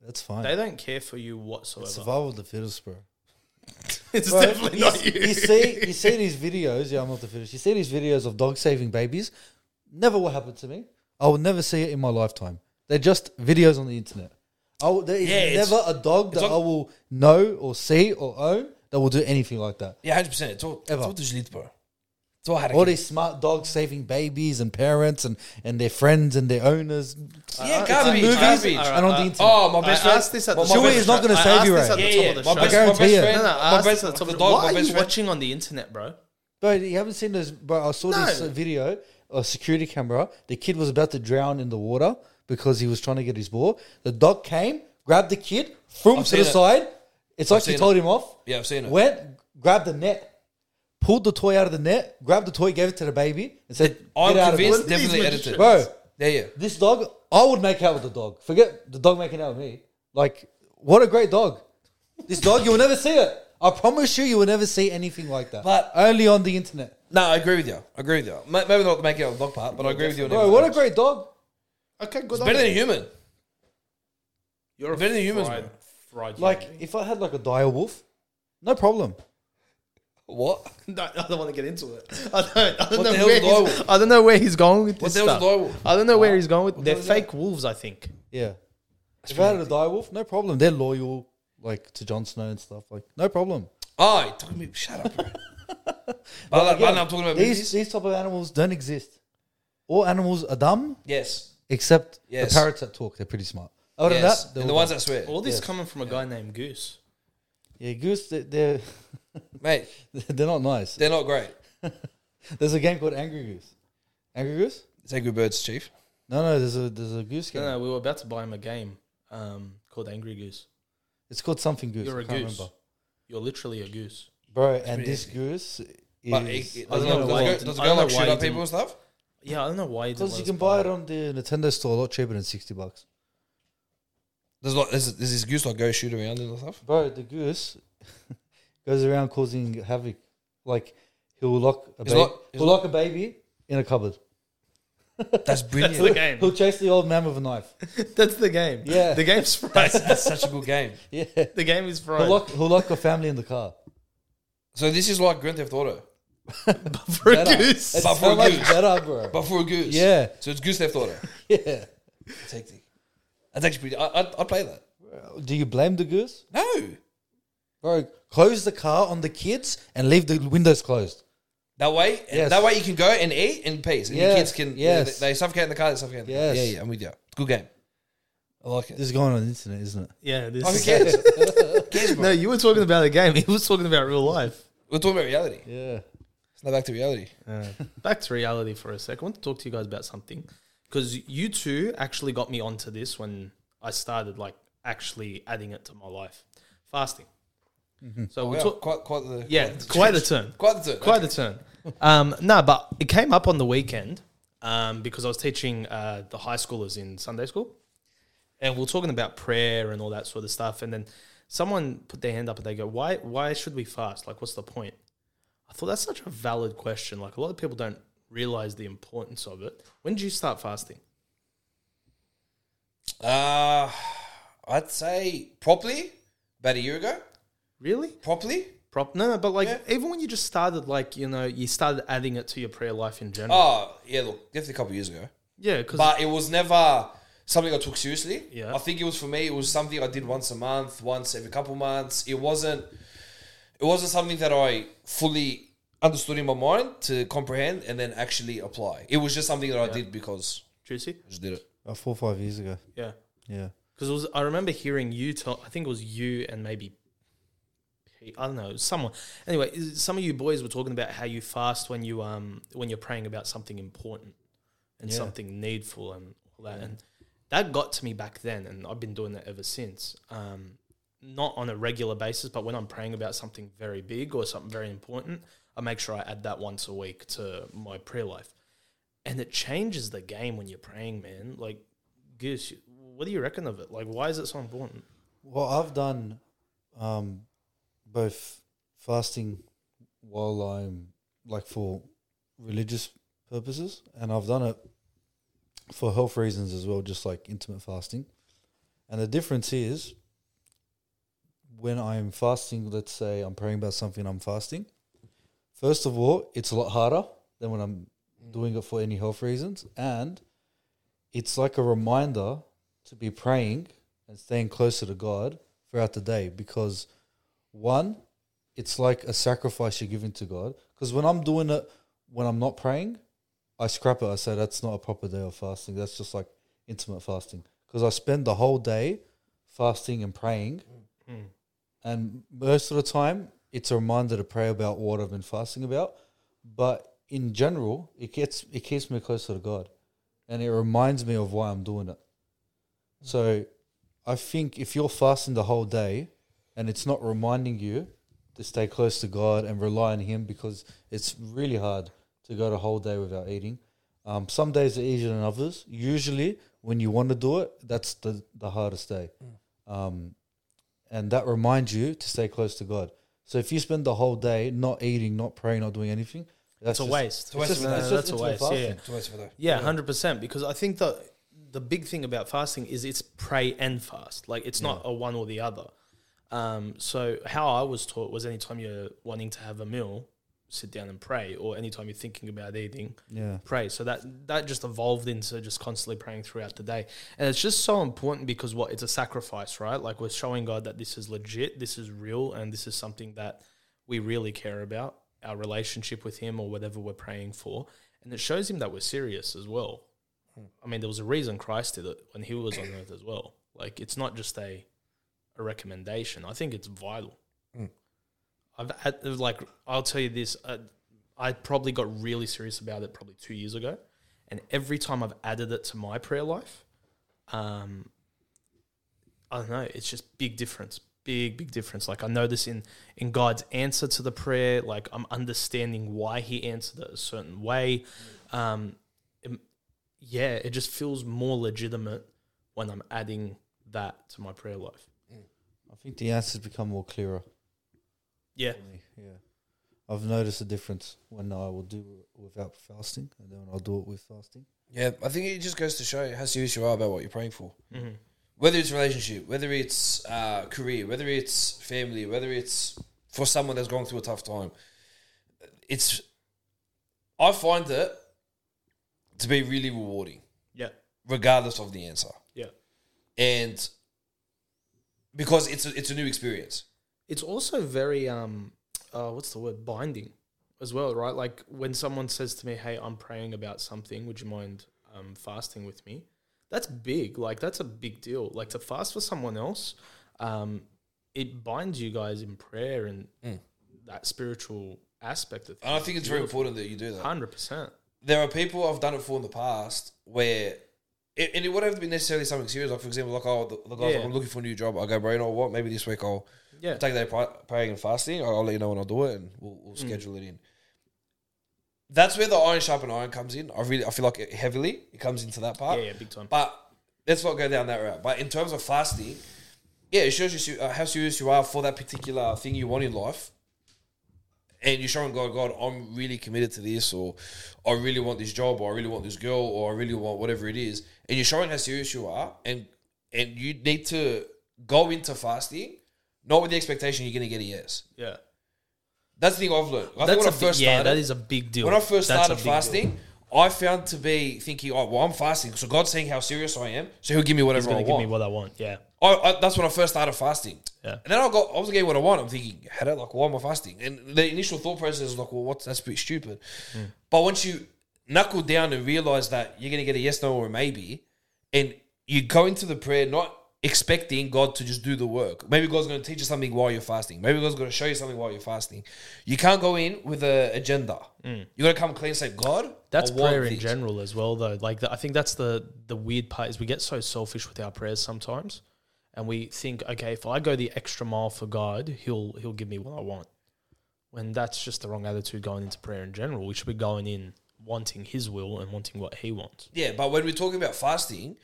S3: That's fine.
S1: They don't care for you whatsoever.
S3: Survival of the fittest, bro.
S1: It's
S3: Bro,
S1: definitely
S3: you,
S1: not you.
S3: you see, you see these videos. Yeah, I'm not the fittest. You see these videos of dogs saving babies. Never will happen to me. I will never see it in my lifetime. They're just videos on the internet. I will, there is
S2: Yeah, it's-
S3: never a dog that
S2: like-
S3: I will know or see or own that will do anything like that.
S2: Yeah, 100%. It's all, it's
S3: Ever.
S2: all digital, bro. It's all how to
S3: All
S2: get-
S3: these smart dogs saving babies and parents and, and their friends and their owners.
S2: Yeah,
S1: It's
S2: garbage.
S1: in movies.
S2: Garbage.
S1: Alright,
S3: and on
S1: uh,
S3: the internet.
S2: Oh, my
S1: I
S2: best friend.
S1: asked this at
S2: well,
S1: the
S2: my
S3: Chewy
S1: show.
S2: best
S3: is not
S2: friend-
S3: going to
S1: I
S3: save
S1: asked
S3: you,
S1: this at
S3: right?
S1: the
S2: Yeah,
S1: top
S2: yeah.
S1: of the show.
S2: My best,
S3: I
S2: my best
S3: guarantee it.
S2: friend.
S1: No, no, I
S2: my
S1: asked
S2: best,
S1: this at the top.
S2: the
S1: of-
S2: dog,
S1: Why
S2: my
S1: are
S2: best
S1: you
S2: friend.
S1: watching on the internet, bro?
S3: Bro, you haven't seen this, bro. I saw this
S1: No.
S3: uh, video, a security camera. The kid was about to drown in the water because he was trying to get his ball. The dog came, grabbed the kid, threw him
S2: I've
S3: to the
S2: seen it.
S3: side. It's like
S2: seen
S3: he
S2: it.
S3: told him off.
S2: Yeah, I've seen it.
S3: Went, grabbed the net, pulled the toy out of the net, grabbed the toy, gave it to the baby, and said,
S2: I'm
S3: "Get out of
S2: convinced,
S3: it,
S1: Look at these
S2: definitely
S1: magicians.
S2: edited.
S3: bro."
S2: Yeah, yeah.
S3: This dog, I would make out with the dog. Forget the dog making out with me. Like, what a great dog! This dog, you will never see it. I promise you, you will never see anything like that.
S2: But-
S3: only on the internet.
S2: No, I agree with you. I agree with you. Ma- Maybe not the making out of the dog part, but I agree with you. on
S3: Bro,
S2: everything
S3: what a
S2: else.
S3: great dog!
S1: Okay, good.
S2: It's better than a human.
S1: You're
S2: better than humans,
S1: fried,
S2: bro.
S1: fried
S3: Like
S1: human being.
S3: if I had like a dire wolf, no problem.
S2: What?
S1: No, I don't want to get into it. I don't. I don't
S2: What the
S1: know
S2: hell's
S1: where
S2: a
S1: he's,
S2: direwolf?
S1: I don't know where he's going with
S2: What
S1: this
S2: the hell's a
S1: stuff.
S2: direwolf?
S1: I don't know where he's going with.
S2: What the
S1: They're
S2: hell's that?
S1: fake wolves, I think.
S3: Yeah. if I had a dire wolf, no problem. They're loyal, like to Jon Snow and stuff. Like no problem.
S2: Oh, you're talking to me. Shut up, bro. but like,
S3: Again,
S2: I'm talking about
S3: these
S2: movies.
S3: these type of animals don't exist. All animals are dumb
S2: Yes.
S3: except
S2: Yes.
S3: the parrots that talk. They're pretty smart. Other
S2: yes.
S3: than that, they're
S2: And the
S3: all
S2: ones
S3: dumb.
S2: that swear.
S1: All this coming from a guy named Goose.
S3: yeah, goose, they- they're
S2: Mate,
S3: they're not nice.
S2: they're not great.
S3: There's a game called Angry Goose. Angry Goose?
S2: It's Angry Birds, Chief.
S3: No, no. There's a there's a goose game.
S1: No, no, we were about to buy him a game um, called Angry Goose.
S3: It's called something goose.
S1: You're
S3: I
S1: a
S3: can't
S1: goose.
S3: remember,
S1: You're literally a goose.
S3: bro. And this goose is.
S2: But it, it,
S3: I
S2: does
S3: don't
S2: it
S1: know
S2: go-
S1: why
S2: does
S1: he
S2: it go, does
S1: didn't-
S2: it
S1: I don't
S2: go like
S1: know why
S2: shoot
S1: he
S2: up people
S1: didn't-
S2: and stuff?
S1: Yeah, I don't know why. he didn't
S3: Because
S1: let
S3: you
S1: us
S3: can buy it on the Nintendo store a lot cheaper than sixty bucks.
S2: There's like there's, there's this goose like go shoot around and stuff.
S3: Bro, the goose goes around causing havoc. Like he'll lock a
S2: He's
S3: baby.
S2: lock- he's
S3: he'll lock a baby in a cupboard.
S2: That's brilliant.
S1: That's the game.
S3: He'll chase the old man with a knife.
S1: That's the game.
S3: Yeah.
S1: the game's fried.
S2: that's, that's such a good game.
S3: Yeah.
S1: the game is fried.
S3: He'll lock he'll lock a family in the car.
S2: So this is like Grand Theft Auto,
S1: for a
S3: Better.
S1: goose.
S3: It's
S2: But for
S3: so
S2: a
S3: much
S2: goose.
S3: better, bro.
S2: but for a goose.
S3: Yeah.
S2: So it's Goose Theft Auto.
S3: yeah.
S2: It's hectic. That's actually pretty. I, I'd, I'd play that.
S3: Do you blame the goose?
S2: No.
S3: Bro, close the car on the kids and leave the windows closed.
S2: That way,
S3: Yes.
S2: that way you can go and eat in peace, and your
S3: Yes,
S2: kids can.
S3: yes.
S2: they, they suffocate in the car. They suffocate. In the
S3: Yes.
S2: car. yeah, yeah. I'm with you. It's a good game. I like it.
S3: This is going on the internet, isn't it?
S1: Yeah,
S2: Oh, who
S1: this.
S2: cares? Who cares, bro?
S1: No, you were talking about the game. He was talking about real life.
S2: We're talking about reality.
S3: Yeah.
S2: It's not back to reality.
S1: Back to reality for a sec. I want to talk to you guys about something because you two actually got me onto this when I started like actually adding it to my life, fasting. So we
S2: Wow,
S1: talk.
S2: quite, quite the
S1: Yeah, it's quite a turn.
S2: quite the turn.
S1: Quite a turn. Um, no, but it came up on the weekend um, because I was teaching uh, the high schoolers in Sunday school, and we are talking about prayer and all that sort of stuff. And then someone put their hand up and they go, "Why? Why should we fast? Like, what's the point?" I thought that's such a valid question. Like a lot of people don't realize the importance of it. When did you start fasting?
S2: Uh, I'd say properly about a year ago.
S1: Really?
S2: Properly.
S1: Prop? No, no. But like,
S2: Yeah.
S1: even when you just started, like you know, you started adding it to your prayer life in general.
S2: Oh yeah, look, definitely a couple of years ago.
S1: yeah, because
S2: But it was never something I took seriously.
S1: Yeah.
S2: I think it was for me. It was something I did once a month, once every couple months. It wasn't. It wasn't something that I fully understood in my mind to comprehend and then actually apply. It was just something that I did because
S1: juicy.
S2: I just did it.
S3: About four or five years ago.
S1: Yeah.
S3: Yeah.
S1: Because it was, I remember hearing you tell. I think it was you and maybe I don't know someone. Anyway, is- some of you boys were talking about how you fast when you um when you're praying about something important and
S3: Yeah.
S1: something needful and all that, and that got to me back then, and I've been doing that ever since. Um, not on a regular basis, but when I'm praying about something very big or something very important, I make sure I add that once a week to my prayer life, and it changes the game when you're praying, man. Like Goose, what do you reckon of it? Like, why is it so important?
S3: Well, I've done um, both fasting while I'm like for religious purposes, and I've done it for health reasons as well, just like intermittent fasting. And the difference is when I'm fasting, let's say I'm praying about something I'm fasting, first of all, it's a lot harder than when I'm doing it for any health reasons. And it's like a reminder to be praying and staying closer to God throughout the day because one, it's like a sacrifice you're giving to God. Because when I'm doing it, when I'm not praying, I scrap it. I say that's not a proper day of fasting. That's just like intimate fasting. Because I spend the whole day fasting and praying, and most of the time it's a reminder to pray about what I've been fasting about. But in general, it gets it keeps me closer to God, and it reminds me of why I'm doing it. So I think if you're fasting the whole day and it's not reminding you to stay close to God and rely on Him because it's really hard to go the whole day without eating. Um, some days are easier than others. Usually, when you want to do it, that's the, the hardest day.
S1: Mm.
S3: Um, and that reminds you to stay close to God. So if you spend the whole day not eating, not praying, not doing anything,
S1: It's
S3: that's
S1: a
S3: just-
S1: waste.
S2: waste of
S1: No,
S2: energy.
S1: no,
S3: It's
S1: that's a
S3: just
S1: waste.
S3: fasting.
S1: Yeah,
S2: It's a waste of it though.
S1: yeah, hundred percent. Because I think that the big thing about fasting is it's pray and fast. Like it's not a one or the other. Um, so how I was taught was anytime you're wanting to have a meal, sit down and pray, or anytime you're thinking about eating,
S3: Yeah.
S1: pray. So that that just evolved into just constantly praying throughout the day, and it's just so important because what it's a sacrifice, right? Like we're showing God that this is legit, this is real, and this is something that we really care about our relationship with Him or whatever we're praying for, and it shows Him that we're serious as well. I mean, there was a reason Christ did it when He was on earth as well. Like it's not just a a recommendation. I think it's vital. I've had like I'll tell you this. Uh, I probably got really serious about it probably two years ago, and every time I've added it to my prayer life, um, I don't know. It's just big difference, big big difference. Like I know this in in God's answer to the prayer. Like I'm understanding why He answered it a certain way. Um, it- yeah, it just feels more legitimate when I'm adding that to my prayer life.
S3: I think the answers become more clearer.
S1: Yeah,
S3: for me, Yeah, I've noticed a difference when I will do it without fasting, and then when I'll do it with fasting.
S2: Yeah, I think it just goes to show you how serious you are about what you're praying for.
S1: Mm-hmm.
S2: Whether it's relationship, whether it's uh, career, whether it's family, whether it's for someone that's going through a tough time, it's. I find it to be really rewarding,
S1: yeah,
S2: regardless of the answer,
S1: yeah.
S2: and because it's a, it's a new experience.
S1: It's also very um, uh, what's the word? Binding. as well, right? Like when someone says to me, "Hey, I'm praying about something. Would you mind um, fasting with me?" That's big. Like that's a big deal. Like to fast for someone else, um, it binds you guys in prayer and that spiritual aspect of
S2: And I think it's very important that you do that.
S1: Hundred percent.
S2: there are people I've done it for in the past where, it, and it wouldn't have to be necessarily something serious. Like for example, like oh, the, the guys
S1: Yeah.
S2: like, I'm looking for a new job. I go, bro, you know what? Maybe this week I'll
S1: Yeah.
S2: take that pri- praying and fasting. I'll, I'll let you know when I'll do it, and we'll,
S1: Mm.
S2: we'll schedule it in. That's where the iron sharpen iron comes in. I really, I feel like it heavily it comes into that part.
S1: Yeah, yeah, big time.
S2: But let's not go down that route. But in terms of fasting, yeah, it shows you se- uh, how serious you are for that particular thing you want in life. And you're showing God, God, I'm really committed to this, or I really want this job, or I really want this girl, or I really want whatever it is. And you're showing how serious you are, and and you need to go into fasting, not with the expectation you're going to get a yes.
S1: Yeah.
S2: That's the thing I've learned. I think
S1: That's
S2: when
S1: a
S2: I first
S1: big, yeah,
S2: started,
S1: that is a big deal.
S2: when I first
S1: That's a
S2: started
S1: big deal.
S2: fasting, I found to be thinking, oh, well, I'm fasting, so God's seeing how serious I am, so He'll give me whatever
S1: He's
S2: I
S1: gonna give
S2: want.
S1: me what I want. Yeah.
S2: I, I, that's when I first started fasting.
S1: Yeah.
S2: And then I got, I was getting what I want. I'm thinking, how do, like, why am I fasting? And the initial thought process is like, well, what's that's a bit stupid.
S1: Mm.
S2: But once you knuckle down and realize that you're going to get a yes, no, or a maybe, and you go into the prayer not expecting God to just do the work. Maybe God's going to teach you something while you're fasting. Maybe God's going to show you something while you're fasting. You can't go in with an agenda. You got to come clean and say, God,
S1: Mm. That's
S2: I want
S1: prayer in
S2: this."
S1: general as well, though. Like the, I think that's the the weird part is we get so selfish with our prayers sometimes, and we think, okay, if I go the extra mile for God, he'll he'll give me what I want. When that's just the wrong attitude going into prayer in general. We should be going in wanting His will and wanting what He wants.
S2: Yeah, but when we're talking about fasting,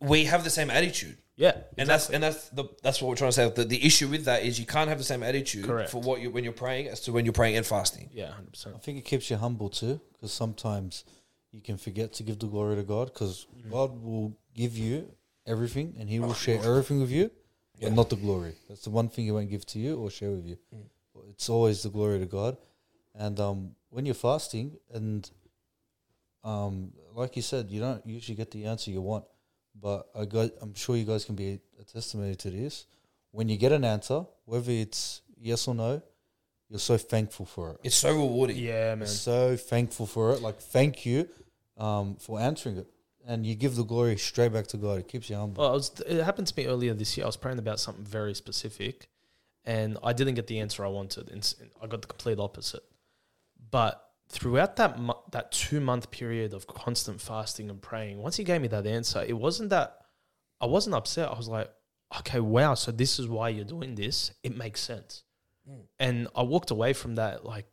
S2: we have the same attitude.
S1: Yeah,
S2: And that's and that's the that's what we're trying to say. The, the issue with that is you can't have the same attitude
S1: Correct.
S2: for what you when you're praying as to when you're praying and fasting.
S1: yeah, hundred percent.
S3: I think it keeps you humble too, because sometimes you can forget to give the glory to God, because God will give you everything and He will share everything with you, but not the glory. That's the one thing He won't give to you or share with you. It's always the glory to God. And um, when you're fasting, and um, like you said, you don't usually get the answer you want, but I got, I'm sure you guys can be a testimony to this. When you get an answer, whether it's yes or no, you're so thankful for it
S2: It's so rewarding.
S1: Yeah, man.
S3: so thankful for it. Like, thank you um, for answering it. And you give the glory straight back to God. It keeps you humble.
S1: Well, I was, it happened to me earlier this year. I was praying about something very specific, and I didn't get the answer I wanted. And s- I got the complete opposite. But throughout that mo- that two month period of constant fasting and praying, once He gave me that answer, it wasn't that I wasn't upset. I was like, okay, wow. So this is why you're doing this. It makes sense.
S2: Mm.
S1: And I walked away from that like,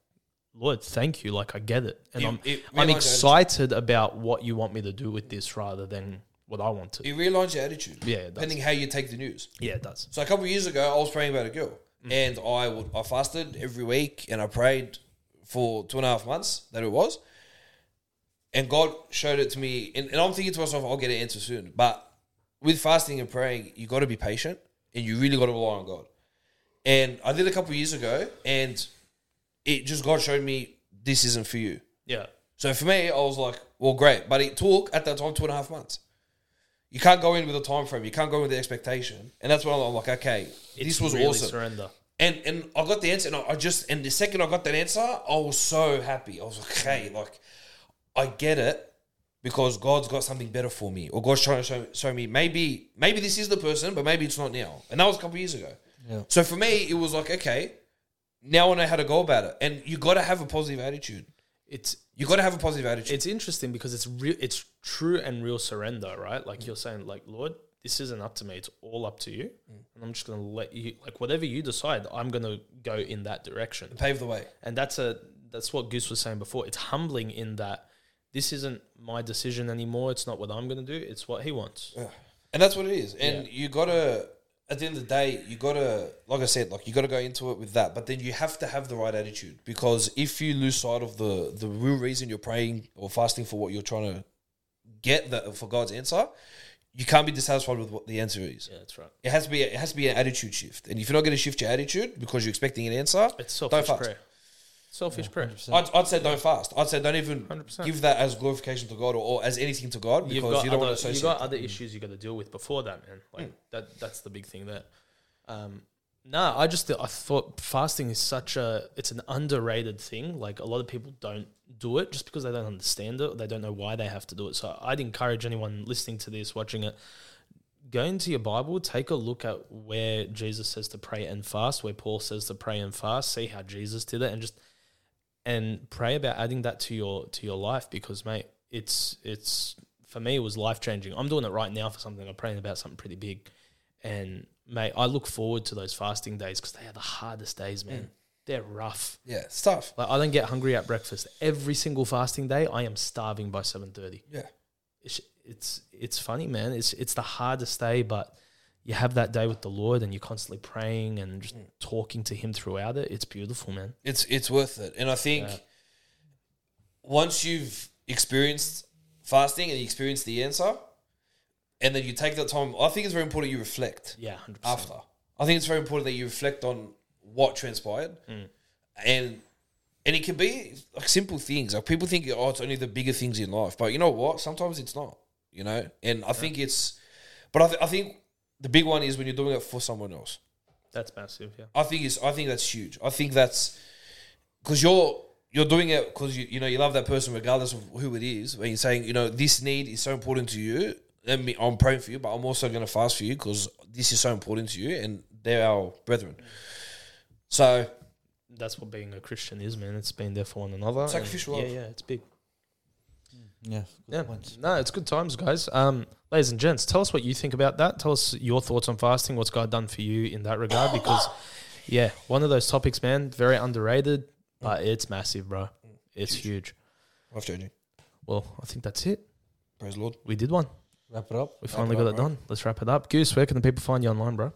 S1: Lord, thank you. Like I get it, and
S2: You-
S1: I'm
S2: it
S1: I'm
S2: realised-
S1: excited about what you want me to do with this rather than what I want to.
S2: You realigns your attitude.
S1: Yeah, it does.
S2: Depending how you take the news.
S1: Yeah, it does.
S2: So a couple of years ago, I was praying about a girl, and I would I fasted every week, and I prayed for two and a half months that it was, and God showed it to me, and, and I'm thinking to myself, I'll get an answer soon. But with fasting and praying, you got to be patient, and you really got to rely on God. And I did a couple of years ago, and it just God showed me this isn't for you.
S1: Yeah.
S2: So for me, I was like, well, great. But it took at that time two and a half months. You can't go in with a time frame. You can't go in with the expectation, and that's when I'm like, okay, this was
S1: really
S2: awesome.
S1: Surrender.
S2: And and I got the answer, and I, I just and the second I got that answer, I was so happy. I was like, hey, like I get it because God's got something better for me, or God's trying to show, show me maybe maybe this is the person, but maybe it's not now. And that was a couple of years ago.
S3: Yeah.
S2: So for me, it was like, okay, now I know how to go about it, and you got to have a positive attitude.
S1: It's
S2: You got to have a positive attitude.
S1: it's interesting because it's real. It's true and real surrender, right? Like you're saying, like Lord, this isn't up to me. It's all up to you, and I'm just gonna let you. Like whatever you decide, I'm gonna go in that direction.
S2: pave the way.
S1: And that's a that's what Goose was saying before. It's humbling in that this isn't my decision anymore. It's not what I'm gonna do. It's what he wants.
S2: And that's what it is. And you gotta at the end of the day, you gotta like I said, like you gotta go into it with that. But then you have to have the right attitude because if you lose sight of the the real reason you're praying or fasting for what you're trying to get that for God's answer, you can't be dissatisfied with what the answer is.
S1: Yeah, that's right.
S2: It has to be it has to be an attitude shift. And if you're not gonna shift your attitude because you're expecting an answer,
S1: It's
S2: don't
S1: selfish
S2: fast.
S1: prayer. Selfish prayer.
S2: I'd, I'd say don't fast. I'd say don't even
S1: 100%.
S2: give that as glorification to God or, or as anything to God
S1: You've
S2: because
S1: got
S2: you don't want to
S1: other,
S2: associate. Hmm.
S1: you got other issues you got to deal with before that, man. Like that that's the big thing there. Um, No, I just I thought fasting is such a it's an underrated thing. Like a lot of people don't do it just because they don't understand it. Or they don't know why they have to do it. So I'd encourage anyone listening to this, watching it, go into your Bible, take a look at where Jesus says to pray and fast, where Paul says to pray and fast. See how Jesus did it, and just and pray about adding that to your to your life because mate, it's it's for me it was life changing. I'm doing it right now for something. I'm praying about something pretty big, and mate, I look forward to those fasting days because they are the hardest days, man. They're rough.
S2: Yeah, it's tough.
S1: Like I don't get hungry at breakfast every single fasting day. I am starving by seven thirty
S2: Yeah.
S1: it's it's it's funny, man. It's it's the hardest day, but you have that day with the Lord, and you're constantly praying and just talking to Him throughout it. It's beautiful, man.
S2: It's it's worth it. And I think once you've experienced fasting and you experience the answer, and then you take that time, I think it's very important you reflect.
S1: Yeah, hundred percent.
S2: after. I think it's very important that you reflect on what transpired, and and it can be like simple things. Like people think, oh, it's only the bigger things in life, but you know what? Sometimes it's not. You know, and I think it's, but I, th- I think the big one is when you're doing it for someone else.
S1: That's massive. Yeah,
S2: I think it's I think that's huge. I think that's because you're you're doing it because you you know you love that person regardless of who it is. When you're saying you know this need is so important to you, let me I'm praying for you, but I'm also going to fast for you because this is so important to you, and they're our brethren. So
S1: that's what being a Christian is, man. It's being there for one another. and-
S2: Sacrificial love.
S1: Yeah, yeah, it's big.
S3: Yeah. good
S1: Yeah,
S3: points.
S1: no, it's good times, guys. Um, ladies and gents, tell us what you think about that. Tell us your thoughts on fasting. What's God done for you in that regard? Because, yeah, one of those topics, man. Very underrated,
S2: Mm.
S1: but it's massive, bro. It's huge.
S2: life changing.
S1: Well, I think that's it.
S2: Praise the Lord.
S1: We did one.
S3: Wrap it up.
S1: We finally
S2: it
S1: got
S2: up,
S1: it done. Let's wrap it up. Goose, where can the people find you online, bro?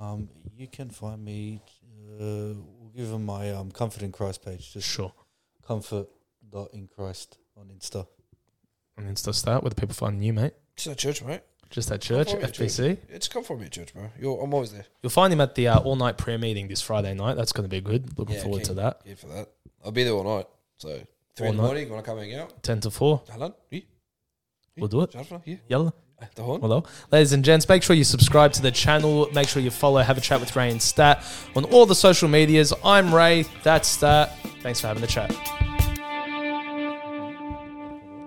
S3: Um, you can find me. Uh, we'll give them my um, Comfort in Christ page. Just
S1: Sure.
S3: comfort dot in Christ on Insta.
S1: On Insta start, where the people find you, mate?
S2: Just at church, mate.
S1: Just at church,
S2: Come for me,
S1: FBC.
S2: Yeah, just come for me at church, bro. You're, I'm always there.
S1: You'll find him at the uh, all night prayer meeting this Friday night. That's going to be good. Looking
S2: Yeah,
S1: forward to
S2: keen.
S1: that.
S2: Yeah, for that. I'll be there all night. So three
S1: All
S2: in the
S1: night.
S2: morning. You want to come hang out?
S1: 10 to 4.
S2: Hello. Yeah.
S1: We'll do it.
S2: Jaffa? Yeah.
S1: Yalla.
S2: The horn.
S1: Hello. Ladies and gents, make sure you subscribe to the channel. Make sure you follow Have a Chat with Ray and Stat on all the social medias. I'm Ray. That's Stat. Thanks for having the chat.